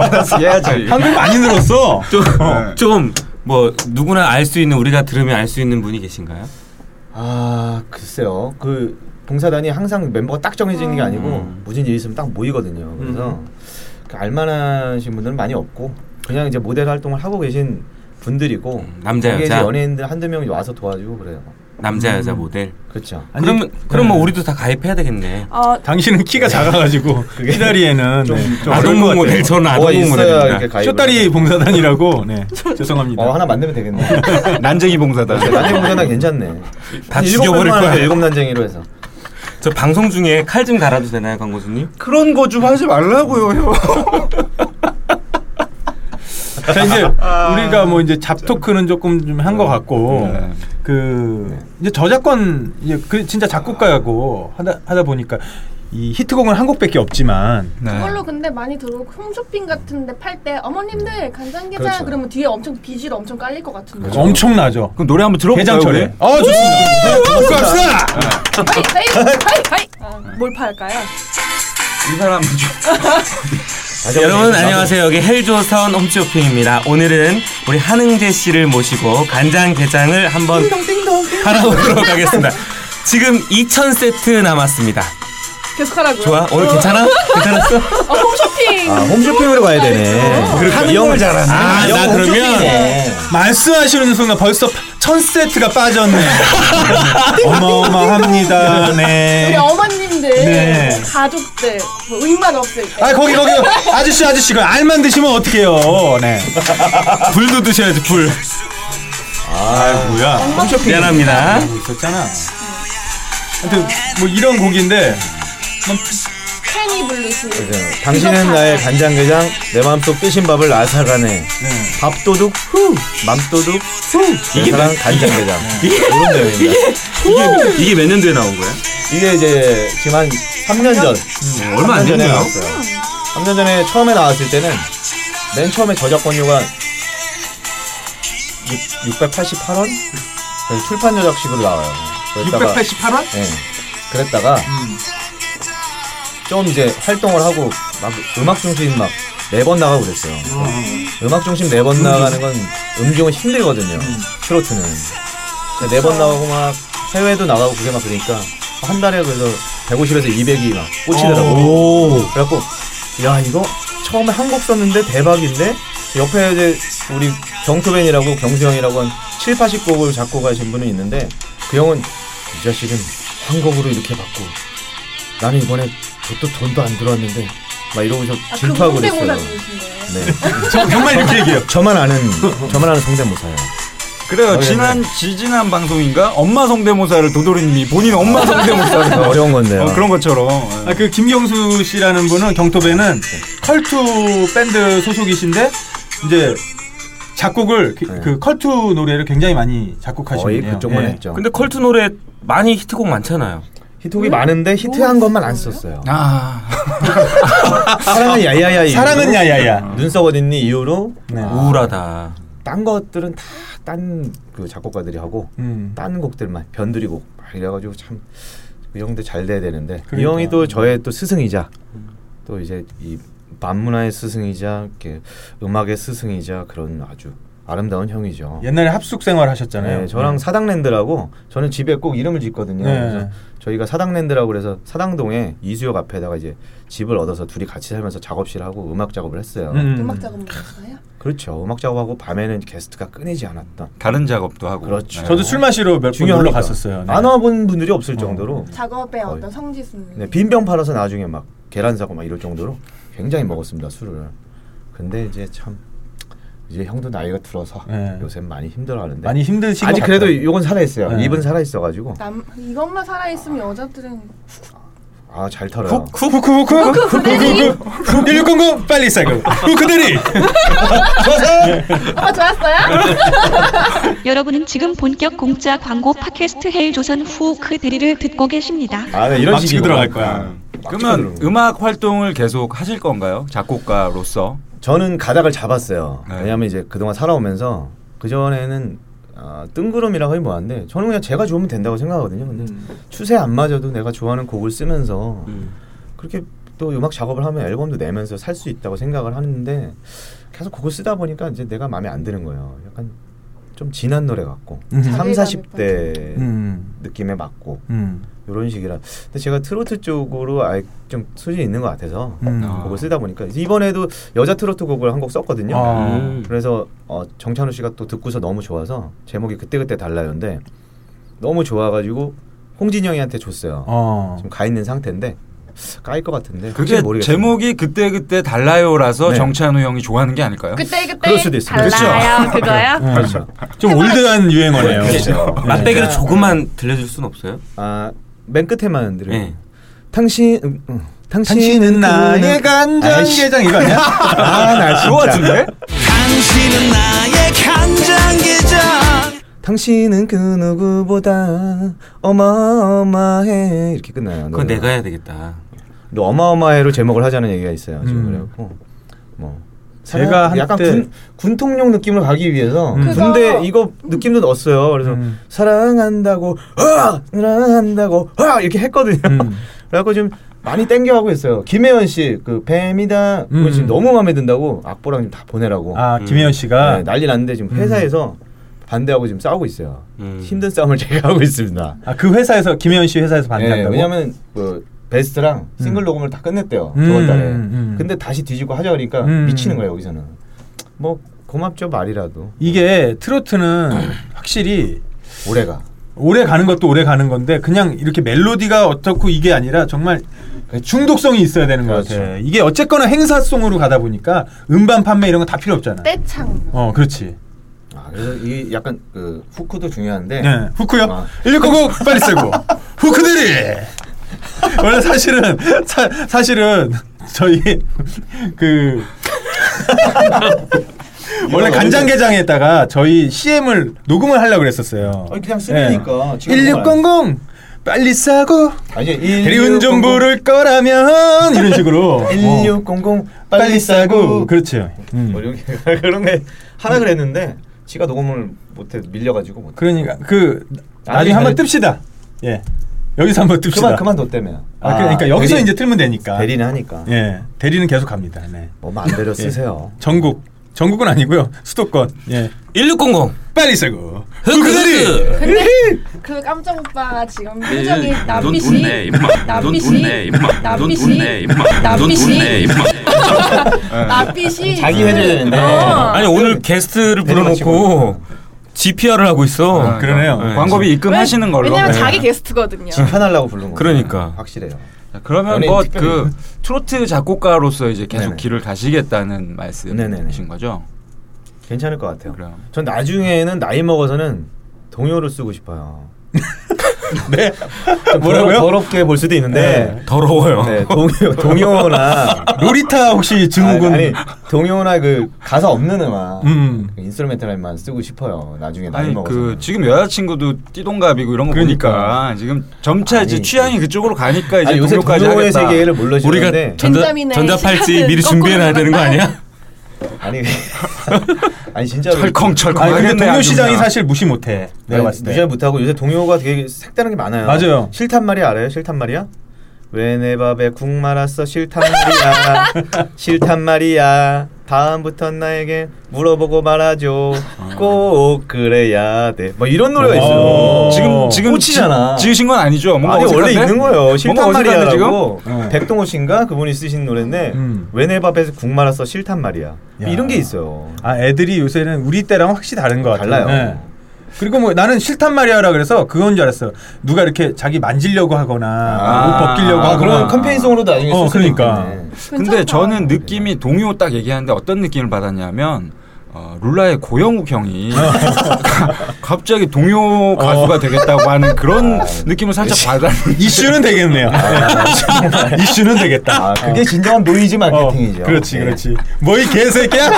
받아쓰야지. 한글 많이 늘었어. 좀 뭐 누구나 알 수 있는 우리가 들으면 알 수 있는 분이 계신가요? 아 글쎄요 그 봉사단이 항상 멤버가 딱 정해지는 음. 게 아니고 무슨 일 있으면 딱 모이거든요 그래서 그 알만하신 분들은 많이 없고 그냥 이제 모델 활동을 하고 계신 분들이고 음, 남자, 거기에 이제 여자. 연예인들 한두 명이 와서 도와주고 그래요 남자 여자 모델. 그렇죠 아니, 그러면 그럼 뭐 네. 우리도 다 가입해야 되겠네. 어, 당신은 키가 작아가지고 기다리에는 좀- 네, 좀 아동 어려울 것 같아요. 모델 저는 뭐가 아동 있어야 모델입니다. 이렇게 가입을 쇼다리 해서. 봉사단이라고 네 죄송합니다. 어 하나 만들면 되겠네 난쟁이 봉사다. 난쟁이 봉사단 괜찮네 다 한 일곱 죽여버릴 명만 거야. 일곱 난쟁이로 해서 저 방송 중에 칼 좀 갈아도 되나요, 광고수님? 그런 거 좀 하지 말라고요, 형. 자 그러니까 이제 아. 우리가 뭐 이제 잡토크는 조금 좀 한 것 같고 네. 그 이제 저작권 이제 그 진짜 작곡가하고 하다 하다 보니까 이 히트곡은 한 곡밖에 없지만 네. 그걸로 근데 많이 들어오고 홈쇼핑 같은데 팔 때 어머님들 간장게장 그렇죠. 그러면 뒤에 엄청 비지로 엄청 깔릴 것 같은데. 그렇죠. 그렇죠. 엄청나죠. 그럼 노래 한번 들어볼까요? 대장철에. 우리? 어 좋습니다. 국가사. 하이 하이 하이 하이. 아, 뭘 팔까요? 이 사람 좀 여러분 안녕하세요. 여기 헬조선 홈쇼핑입니다. 오늘은 우리 한흥재 씨를 모시고 간장게장을 한번 팔아보도록 하겠습니다. 지금 2,000세트 남았습니다. 계속 하라고요. 좋아? 오늘 괜찮아? 괜찮았어? 어, 홈쇼핑. 아 홈쇼핑으로 가야 되네 네. 그러니까 영을 잘하네. 아, 영어 나 그러면 말씀하시는 순간 벌써 천 세트가 빠졌네. 어마어마합니다. 우리 네. 어머님들, 네. 가족들, 뭐 의만 없을 때. 아 거기 거기 아저씨 아저씨 그 알만 드시면 어떡해요. 네. 불도 드셔야지 불. 아, 뭐야? 미안합니다. 하고 있었잖아. 하여튼 뭐 이런 곡인데 캐니 블루스. 네. 당신은 나의 간장게장 내 마음속 뜨신 밥을 아사가네 밥도둑 후 맘도둑 후 이게 사랑 간장게장 이런 내용입니다 이게, 이게 몇 년도에 나온 거야? 이게 이제 지금 한 3년 음, 전 얼마 안 3년 전에 됐네요. 나왔어요 3년 전에 처음에 나왔을 때는 맨 처음에 저작권료가 6, 688원? 출판 저작식으로 나와요 그랬다가 688원? 예. 그랬다가 좀 이제 활동을 하고 막 음악 중심 막 네 번 나가고 그랬어요. 음악 중심 네 번 나가는 건 음중은 힘들거든요. 트로트는 네 번 나가고 막 해외도 나가고 그게 막 그러니까 한 달에 그래서 150에서 200이 막 꽂히더라고. 그래갖고 야 이거 처음에 한 곡 썼는데 대박인데 옆에 이제 우리 경토벤이라고 경수 형이라고 한 7, 80곡을 작곡 하신 분은 있는데 그 형은 이 자식은 한 곡으로 이렇게 받고 나는 이번에 저도 돈도 안 들어왔는데 막 이러고서 아, 질투하고 그분 그랬어요. 성대모사님이신가요? 네. 정말 이렇게 얘기해요. 저만 아는 저만 아는 성대모사예요. 그래요. 어려운데. 지난 지지난 방송인가 엄마 성대모사를 도도리님이 본인 엄마 성대모사를 어려운 네. 건데요. 어, 그런 것처럼 아, 그 김경수 씨라는 분은 경토배는 컬투 밴드 소속이신데 이제 작곡을 그, 네. 그 컬투 노래를 굉장히 많이 작곡하신 거의 분이에요. 그쪽만 예. 했죠. 근데 컬트 노래 많이 히트곡 많잖아요. 히트곡이 많은데 히트한 음. 것만 안 썼어요. 아 사랑은 야야야. 이후로, 아, 사랑은 야야야. 눈썹 어딨니 이후로 네. 우울하다. 딴 것들은 다 딴 그 작곡가들이 하고 음. 딴 곡들만 변두리 곡 막 이래가지고 참그 형들 잘 돼야 되는데 이 그러니까. 형이 또 저의 또 스승이자 또 이제 이 반문화의 스승이자 이렇게 음악의 스승이자 그런 아주 아름다운 형이죠. 음. 옛날에 합숙 생활 하셨잖아요. 음. 네, 저랑 사당랜드라고 저는 집에 꼭 이름을 짓거든요. 네. 그래서 저희가 사당랜드라고 그래서 사당동에 이수역 앞에다가 이제 집을 얻어서 둘이 같이 살면서 작업실 하고 음악 작업을 했어요. 음. 음악 작업 하셨어요? 그렇죠. 음악 작업하고 밤에는 게스트가 끊이지 않았던. 다른 작업도 하고 네. 그렇죠. 저도 술 마시러 몇 번 놀러 중요하니까. 갔었어요. 네. 안 와본 분들이 없을 정도로 작업의 거의. 어떤 성지순. 네, 빈병 팔아서 나중에 막 계란 사고 막 이럴 정도로 굉장히 먹었습니다 술을. 근데 이제 참 이제 형도 나이가 들어서 네. 요새 많이 힘들어하는데 많이 힘드시고 아직 그래도 요건 살아있어요. 네. 입은 살아있어가지고 남 이것만 살아 있으면 여자들은 아 잘 털어요. 후후후후후후후후 그대리. 네, 1609 빨리 싸고 후크대리 아 좋았어요? 여러분은 지금 본격 공짜 광고 팟캐스트 헬조선 후크 드리를 듣고 계십니다. 아 네, 이런 네. 막 치고 식으로 들어갈 거야. 그러면 음악 활동을 계속 하실 건가요? 작곡가로서 저는 가닥을 잡았어요. 네. 왜냐하면 이제 그동안 살아오면서 그 전에는 아, 뜬구름이라고 하긴 뭐한데 저는 그냥 제가 좋으면 된다고 생각하거든요. 근데 음. 추세 안 맞아도 내가 좋아하는 곡을 쓰면서 그렇게 또 음악 작업을 하면 앨범도 내면서 살 수 있다고 생각을 하는데 계속 곡을 쓰다 보니까 이제 내가 마음에 안 드는 거예요. 약간 좀 진한 노래 같고 음. 삼 자괴감이 사십 대 음. 느낌에 맞고 음. 이런 식이라. 근데 제가 트로트 쪽으로 아예 좀 소질이 있는 것 같아서 음. 곡을 쓰다 보니까 이제 이번에도 여자 트로트 곡을 한 곡 썼거든요. 아. 음. 그래서 어, 정찬우 씨가 또 듣고서 너무 좋아서 제목이 그때그때 달라요인데 너무 좋아가지고 홍진영이한테 줬어요. 아. 어. 지금 가 있는 상태인데 까일 것 같은데 그게 확실히 모르겠어요. 제목이 그때 그때 달라요라서 네. 정찬우 형이 좋아하는 게 아닐까요? 그때 그때 그럴 수도 있어요. 네, 달라요 그거요? 음. 그렇죠. 음. 좀 올드한 유행어네요. 맞대기를 조금만 들려줄 순 없어요? 아맨 끝에만 들어요. 네. 당신 음, 음, 당신은 당신은 나의 아이씨. 간장게장 이거 아니야? 아나 그거 같은데? 당신은 나의 간장게장 당신은 그 누구보다 어마어마해 이렇게 끝나요. 네. 그건 노래가. 내가 해야 되겠다. 또 어마어마해로 제목을 하자는 얘기가 있어요. 지금 음. 그래갖고 뭐 제가 사랑- 약간 한때- 군, 군통용 느낌을 가기 위해서 음. 그거- 군대 이거 느낌도 넣었어요. 그래서 음. 사랑한다고 아 사랑한다고 아 이렇게 했거든요. 음. 그래갖고 좀 많이 땡겨하고 있어요. 김혜연 씨 그 뱀이다 그거 음. 지금 너무 마음에 든다고 악보랑 좀 다 보내라고 아 음. 김혜연 씨가 네, 난리 났는데 지금 회사에서 반대하고 지금 싸우고 있어요. 음. 힘든 싸움을 제가 하고 있습니다. 아, 그 회사에서 김혜연 씨 회사에서 네, 반대한다고. 왜냐면 뭐 베스트랑 싱글 녹음을 다 끝냈대요 음, 저번 달에. 음. 근데 다시 뒤지고 하자 그러니까 음. 미치는 거예요 여기서는. 뭐 고맙죠 말이라도 이게 트로트는 확실히 올해가 오래 가는 것도 오래 가는 건데 그냥 이렇게 멜로디가 어떻고 이게 아니라 정말 중독성이 있어야 되는 것 그렇죠. 같아. 이게 어쨌거나 행사송으로 가다 보니까 음반 판매 이런 건 다 필요 없잖아. 네. 떼창. 어, 그렇지. 아, 그래서 이 약간 그 후크도 중요한데 네, 후크요. 아. 199 빨리 쓰고 후크 들이. 원래 사실은 사, 사실은 저희 그 원래 간장게장에다가 저희 CM을 녹음을 하려고 그랬었어요. 아니, 그냥 쓰려니까 지금 1600 빨리 싸고 아니 대리운전 부를 거라면 이런 식으로 어, 1600 빨리 싸고 그렇죠. 음. 뭐 이런 게 그런 게 하나 그랬는데 지가 녹음을 못해 밀려가지고 못. 그러니까 그 나중에 나중에 한번 잘해- 뜹시다. 예. 여기서 한번 뜹시다. 그만 그만뒀다며. 아, 그러니까 여기서 이제 틀면 되니까. 대리는 하니까. 예, 대리는 계속 갑니다. 네. 뭐 마음대로 쓰세요. 전국, 전국은 아니고요. 수도권. 예, 1600 빨리 쓰고. 흑흑흑 근데 그 깜짝 오빠가 지금 표정이 돈 남빛이 돈네 임마. 돈 남빛이 돈네 임마. 돈 남빛이 돈네 임마. 돈 남빛이 돈네 임마. 남빛이 자기 해줘야 되는데. 어. 아니 오늘 예. 게스트를 불러놓고 마치고. GPR을 하고 있어. 아, 그러네요. 네. 광고비 입금하시는 걸로. 왜냐면 네. 자기 게스트거든요. 편하려고 부른 거. 그러니까. 확실해요. 자, 그러면 연예인 뭐 특별히. 그 트로트 작곡가로서 이제 계속 네네. 길을 가시겠다는 말씀이신 네네네. 거죠? 괜찮을 것 같아요. 그래요. 전 나중에는 나이 먹어서는 동요를 쓰고 싶어요. 네? 뭐라고요? 더럽게 볼 수도 있는데 더러워요. 네, 동요, 동요나 로리타 혹시 증후군? 아니, 아니, 동요나 그 가사 없는 음악 음. 그 인스트루멘탈만 쓰고 싶어요. 나중에 나이 아니 먹어서. 그 지금 여자친구도 띠동갑이고 이런 거 보니까 지금 점차 이제 아니, 네. 취향이 그쪽으로 가니까 이제 아니 요새 동료까지 동요의 하겠다. 세계를 몰라주는데 우리가 전자 벤자민의 전자팔찌 시간은 미리 거꾸로 준비해놔야 되는 거 아니야? 아니 아니 진짜로 철컹철컹 아니, 근데 하겠네, 동요 아주 시장이 그냥. 사실 무시 못해. 내가 봤을 때. 네, 무시 못하고 요새 동요가 되게 색다른 게 많아요. 맞아요. 실탄 말이 알아요? 실탄 말이야? 왜 내 밥에 국 말았어 실탄 말이야 실탄 말이야 다음부턴 나에게 물어보고 말아줘 꼭 그래야 돼뭐 이런 노래가 오. 있어요 지금 지금 꽂히잖아. 지, 지으신 건 아니죠? 뭔가 아니 원래 어색한데? 있는 거예요 실탄 뭔가 어색한데, 말이야라고 지금? 어. 백동호 씨인가 그분이 쓰신 노래인데 음. 왜 내 밥에 국 말았어 실탄 말이야 야. 이런 게 있어요 아 애들이 요새는 우리 때랑 확실히 다른 것 같아요. 네. 달라요. 그리고 뭐 나는 싫단 말이야라 그래서 그건 줄 알았어. 누가 이렇게 자기 만지려고 하거나 아. 옷 아, 벗기려고 아, 하거나 그런 캠페인송으로도 나중에 어, 쓸 수도 그러니까. 있겠네. 근데 저는 느낌이 동요 딱 얘기하는데 어떤 느낌을 받았냐면 어, 룰라의 고영욱 형이 갑자기 동요 가수가 어. 되겠다고 하는 그런 느낌을 살짝 받았는데 이슈는 되겠네요. 이슈는 되겠다. 아, 그게 진정한 노이즈 어, 마케팅이죠. 그렇지, 네. 그렇지. 뭐 이 개새끼야?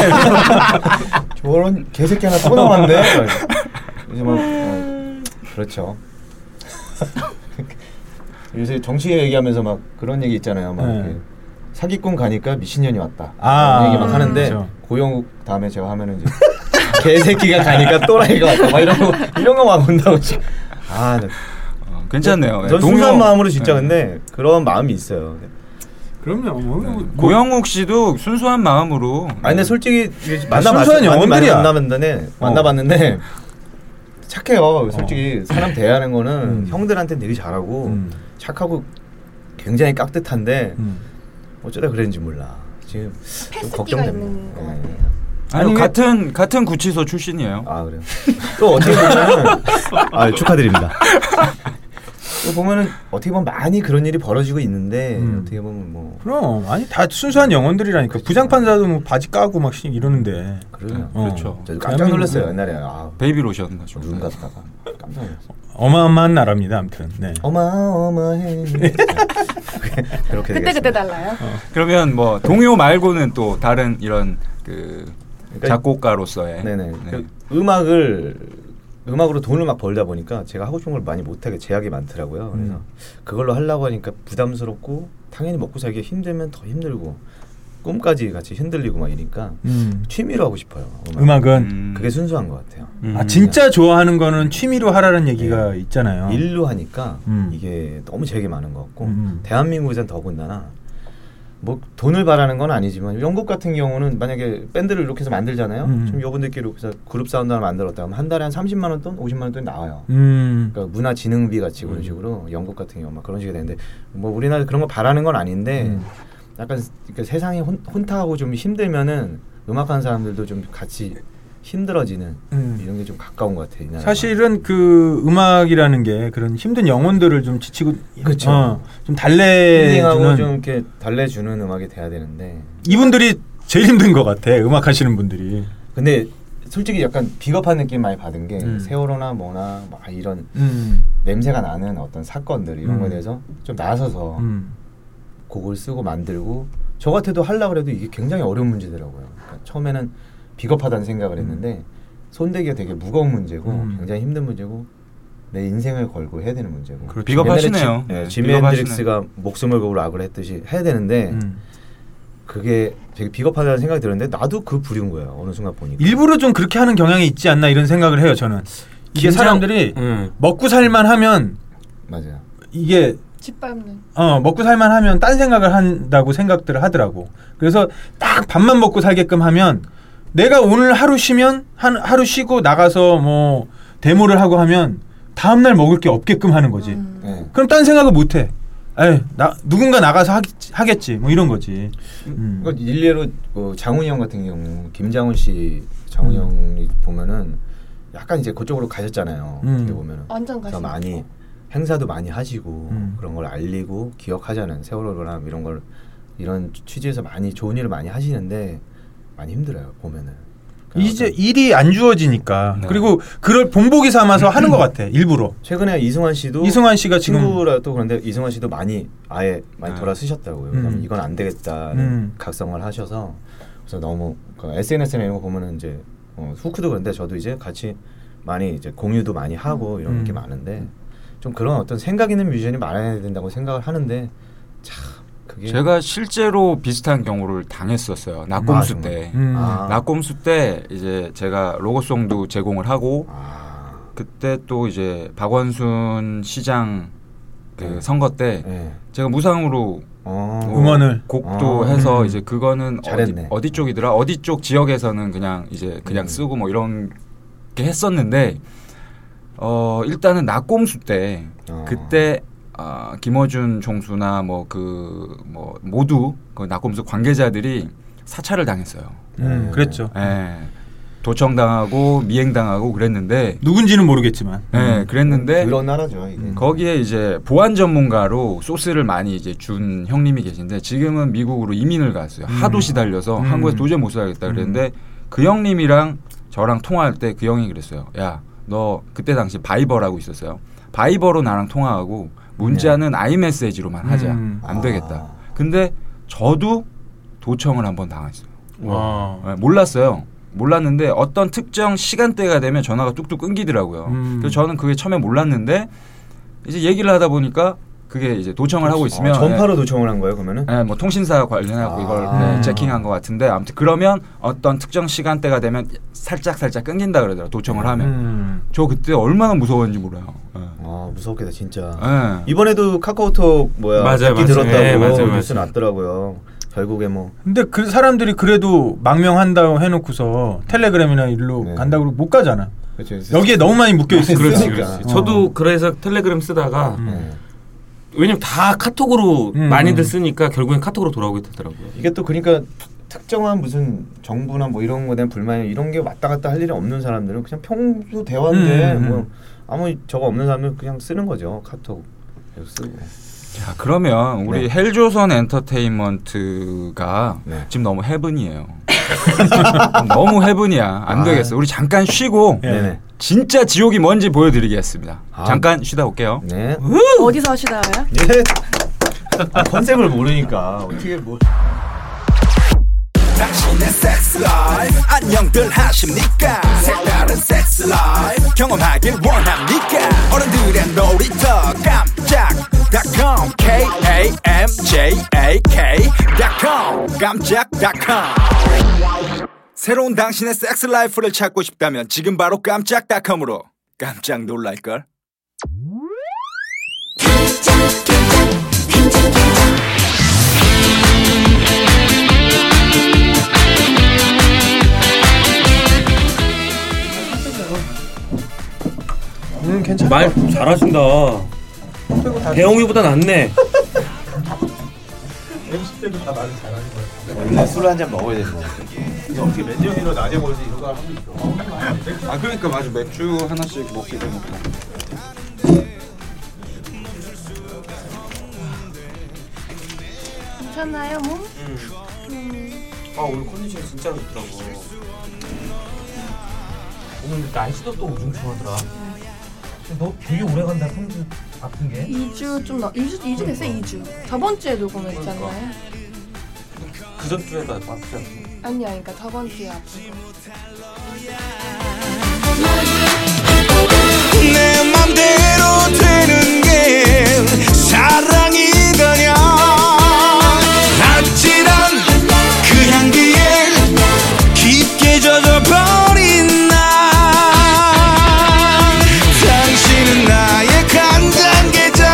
저런 개새끼 하나 또 나왔네. 요새 막 어, 그렇죠. 요새 정치 얘기하면서 막 그런 얘기 있잖아요. 막 네. 이렇게 사기꾼 가니까 미친년이 왔다. 아, 이런 얘기 막 하는데 그렇죠. 고영욱 다음에 제가 하면은 이제 개새끼가 가니까 또라이가 왔다. 막 이런 거 이런 거 막 온다고 지금. 아, 나- 어, 괜찮네요. 네. 예, 전 순수한 마음으로 진짜 근데 그런 마음이 있어요. 그럼요. 뭐, 고영욱 씨도 순수한 마음으로 아 근데 솔직히 순수한 만나봤어요. 많이 많이 영혼들이야. 만나봤는데 어. 만나봤는데 착해요. 솔직히 사람 대하는 거는 형들한테 되게 잘하고 음. 착하고 굉장히 깍듯한데 음. 어쩌다 그랬는지 몰라. 지금 좀 패스기가 있는 걱정됩니다. 것 예, 예. 아니, 아니, 왜- 같은 같은 구치소 출신이에요. 아 그래요. 또 어떻게 보면 아 축하드립니다. 또 보면은 어떻게 보면 많이 그런 일이 벌어지고 있는데 음. 어떻게 보면 뭐 그럼 아니 다 순수한 영혼들이라니까 부장판사도 뭐 바지 까고 막 씨- 이러는데. 그래요. 어. 그렇죠. 저도 깜짝 놀랐어요 옛날에 아 베이비 로션 가지고. 눈 갔다가 깜짝 놀랐어. 어마어마한 나라입니다. 아무튼. 네. 어마어마해. 그렇게 그때 그때 되겠습니다. 달라요. 그러면 뭐 동요 말고는 또 다른 이런 그 작곡가로서의 그러니까 네. 네네. 그 음악을 음악으로 돈을 막 벌다 보니까 제가 하고 싶은 걸 많이 못하게 제약이 많더라고요. 그래서 그걸로 하려고 하니까 부담스럽고 당연히 먹고 살기 힘들면 더 힘들고 꿈까지 같이 흔들리고 막 이니까 음. 취미로 하고 싶어요. 음악. 음. 음악은 음, 그게 순수한 것 같아요. 아 진짜 좋아하는 거는 취미로 하라는 얘기가 있잖아요. 네. 일로 하니까 어. 음. 이게 너무 제약이 많은 것 같고 음. 대한민국에선 더군다나 뭐 돈을 바라는 건 아니지만 영국 같은 경우는 만약에 밴드를 이렇게 해서 만들잖아요. 음. 지금 요분들끼리 이렇게 해서 그룹 사운드 하나 만들었다 하면 한 달에 한 30만 원 돈, 50만 원 돈이 나와요. 음. 그러니까 문화 진흥비 같이 그런 식으로 영국 같은 경우 막 그런 식이 되는데 뭐 우리나라 그런 거 바라는 건 아닌데 음. 약간 그러니까 세상이 혼, 혼탁하고 좀 힘들면은 음악하는 사람들도 좀 같이 힘들어지는 음. 이런 게 좀 가까운 것 같아요. 이 나라가. 사실은 그 음악이라는 게 그런 힘든 영혼들을 좀 지치고 그쵸. 어, 좀 힐링하고 달래주는 좀 이렇게 달래주는 음악이 돼야 되는데 이분들이 제일 힘든 것 같아 음악 하시는 분들이 근데 솔직히 약간 비겁한 느낌 많이 받은 게 음. 세월호나 뭐나 막 아, 이런 음. 냄새가 나는 어떤 사건들 이런 음. 거에 대해서 좀 나서서 음. 곡을 쓰고 만들고 저 같아도 하려고 해도 이게 굉장히 어려운 문제더라고요 그러니까 처음에는 비겁하다는 음. 생각을 했는데 손대기가 되게 무거운 문제고 음. 굉장히 힘든 문제고 내 인생을 걸고 해야 되는 문제고 그렇죠. 비겁하시네요. 옛날에 지- 예, 네, 지미 비겁하시네. 핸드릭스가 목숨을 걸고 락을 했듯이 해야 되는데 음. 그게 되게 비겁하다는 생각이 들었는데 나도 그 부류인 거예요 어느 순간 보니까 일부러 좀 그렇게 하는 경향이 있지 않나 이런 생각을 해요 저는 이게 긴장- 사람들이 음. 먹고 살만 하면 맞아요 이게 짓밟는. 어, 먹고 살만 하면 딴 생각을 한다고 생각들을 하더라고. 그래서 딱 밥만 먹고 살게끔 하면 내가 오늘 하루 쉬면 한 하루 쉬고 나가서 뭐 데모를 하고 하면 다음 날 먹을 게 없게끔 하는 거지. 음. 음. 네. 그럼 딴 생각을 못 해. 에이, 나 누군가 나가서 하겠지, 하겠지. 뭐 이런 거지. 음. 그러니까 일례로 어, 장훈이 형 같은 경우 김장훈 씨 장훈이 음. 형이 보면은 약간 이제 그쪽으로 가셨잖아요. 음. 어떻게 보면은 완전 가시죠. 그래서 많이 행사도 많이 하시고 음. 그런 걸 알리고 기억하자는 세월호랑 이런 걸 이런 취지에서 많이 좋은 일을 많이 하시는데 많이 힘들어요 보면은. 그러니까 이제 일이 안 주어지니까. 네. 그리고 그걸 본보기 삼아서 하는 것 같아. 일부러. 최근에 이승환 씨도 이승환 음. 씨가 지금 친구라도 그런데 이승환 씨도 많이 아예 많이 네. 돌아 쓰셨더라고요. 음. 왜냐면 이건 안 되겠다는 음. 각성을 하셔서 그래서 너무 SNS나 이런 거 보면은 이제 어, 후크도 그런데 저도 이제 같이 많이 이제 공유도 많이 하고 이런 음. 게 많은데 좀 그런 어떤 생각 있는 뮤지션이 많아야 된다고 생각을 하는데 참 그게 제가 실제로 비슷한 경우를 당했었어요. 낙곰수 아, 정말? 때. 음. 아. 낙곰수 때 이제 제가 로고송도 제공을 하고 아, 그때 또 이제 박원순 시장 그 네. 선거 때 예. 제가 무상으로 어, 뭐 응원을. 곡도 아, 해서 음. 이제 그거는 어디, 잘했네. 어디 쪽이더라 어디 쪽 지역에서는 그냥 이제 그냥 음. 쓰고 뭐 이런 게 했었는데 어 일단은 낙곰수 때 어. 그때 아 김어준 총수나 뭐 그 뭐 모두 그 낙곰수 관계자들이 사찰을 당했어요. 네. 음, 그랬죠. 예. 도청당하고 미행당하고 그랬는데 누군지는 모르겠지만. 예, 그랬는데 음, 그런 나라죠 이게. 거기에 이제 보안 전문가로 소스를 많이 이제 준 형님이 계신데 지금은 미국으로 이민을 갔어요. 하도 시달려서 음. 한국에서 도저히 못 살겠다 그랬는데 그 형님이랑 저랑 통화할 때 그 형이 그랬어요. 야, 너 그때 당시 바이버라고 있었어요. 바이버로 나랑 통화하고 문자는 아이메시지로만 하자. 네. 음. 안 되겠다. 근데 저도 도청을 한번 당했어요. 와. 네, 몰랐어요. 몰랐는데 어떤 특정 시간대가 되면 전화가 뚝뚝 끊기더라고요. 음. 그래서 저는 그게 처음에 몰랐는데 이제 얘기를 하다 보니까 그게 이제 도청을 하고 있으면 네. 어, 전파로 도청을 한 거예요 그러면은? 예, 예, 뭐 통신사 관련하고 아. 이걸 네, 체킹한 것 같은데 아무튼 그러면 어떤 특정 시간대가 되면 살짝 살짝 끊긴다 그러더라고 도청을 하면 음. 저 그때 얼마나 무서웠는지 몰라요. 예. 아 무섭겠다 진짜. 예. 이번에도 카카오톡 뭐야 맞아요, 듣기 맞아요. 들었다고 네, 맞아요, 뉴스 맞아요. 났더라고요. 결국에 뭐 근데 그 사람들이 그래도 망명한다고 해놓고서 텔레그램이나 일로 네. 간다고 그러고 못 가잖아. 그렇죠. 여기에 너무 많이 묶여 있어. 그렇지, 어. 그렇지. 저도 그래서 텔레그램 쓰다가 네. 왜냐면 다 카톡으로 음. 많이들 쓰니까 결국엔 카톡으로 돌아오게 되더라고요. 이게 또 그러니까 특정한 무슨 정부나 뭐 이런 거에 대한 불만이 이런 게 왔다 갔다 할 일이 없는 사람들은 그냥 평소 대화인데 음, 음. 뭐 아무 저거 없는 사람은 그냥 쓰는 거죠 카톡 계속 쓰고. 자 그러면 우리 네. 헬조선 엔터테인먼트가 네. 지금 너무 헤븐이에요. 너무 헤븐이야. 안 아. 되겠어. 우리 잠깐 쉬고 네네. 진짜 지옥이 뭔지 보여드리겠습니다. 아. 잠깐 쉬다 올게요. 네. 어디서 하시나요? 예. 아, 컨셉을 모르니까 어떻게 뭐. 당신의 섹스 라이프 안녕들 하십니까 색다른 섹스 라이프 경험하길 원합니까 어른들의 놀이터 깜짝 닷컴 k-a-m-j-a-k.com 깜짝 닷컴 새로운 당신의 섹스 라이프를 찾고 싶다면 지금 바로 깜짝 닷컴으로 깜짝 놀랄걸 음, 괜찮아. 말 잘하신다. 배영유보다 낫네. 원래 술한 잔 먹어야 되는 거. 근데 어떻게 맨정이로 낮에 먹을 수 이런 걸 하고 있어. 아 그러니까 맞아 맥주 하나씩 먹게 되니까. 괜찮아요, 몸? 아 오늘 컨디션 진짜로 좋더라고. 오늘 날씨도 또 우중충하더라. 너 되게 오래 간다 성주 아픈 게. 그러니까. 2주 좀 나, 2주, 2주 됐어요, 2주. 저번 주에 녹음했잖아요. 그전 주에도 아프지 않나? 아니, 아니, 그러니까 저번 주에 아프고. 내 맘대로 되는 게 사랑이더냐 아찔한 그 향기에 깊게 젖어버린 나 당신은 나의 간장게장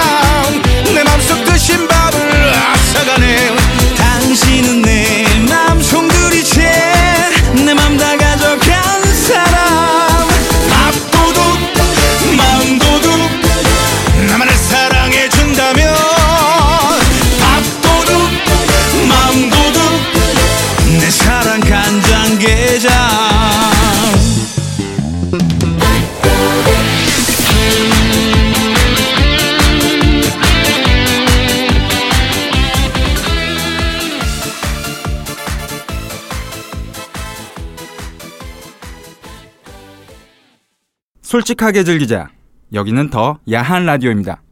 솔직하게 즐기자. 여기는 더 야한 라디오입니다.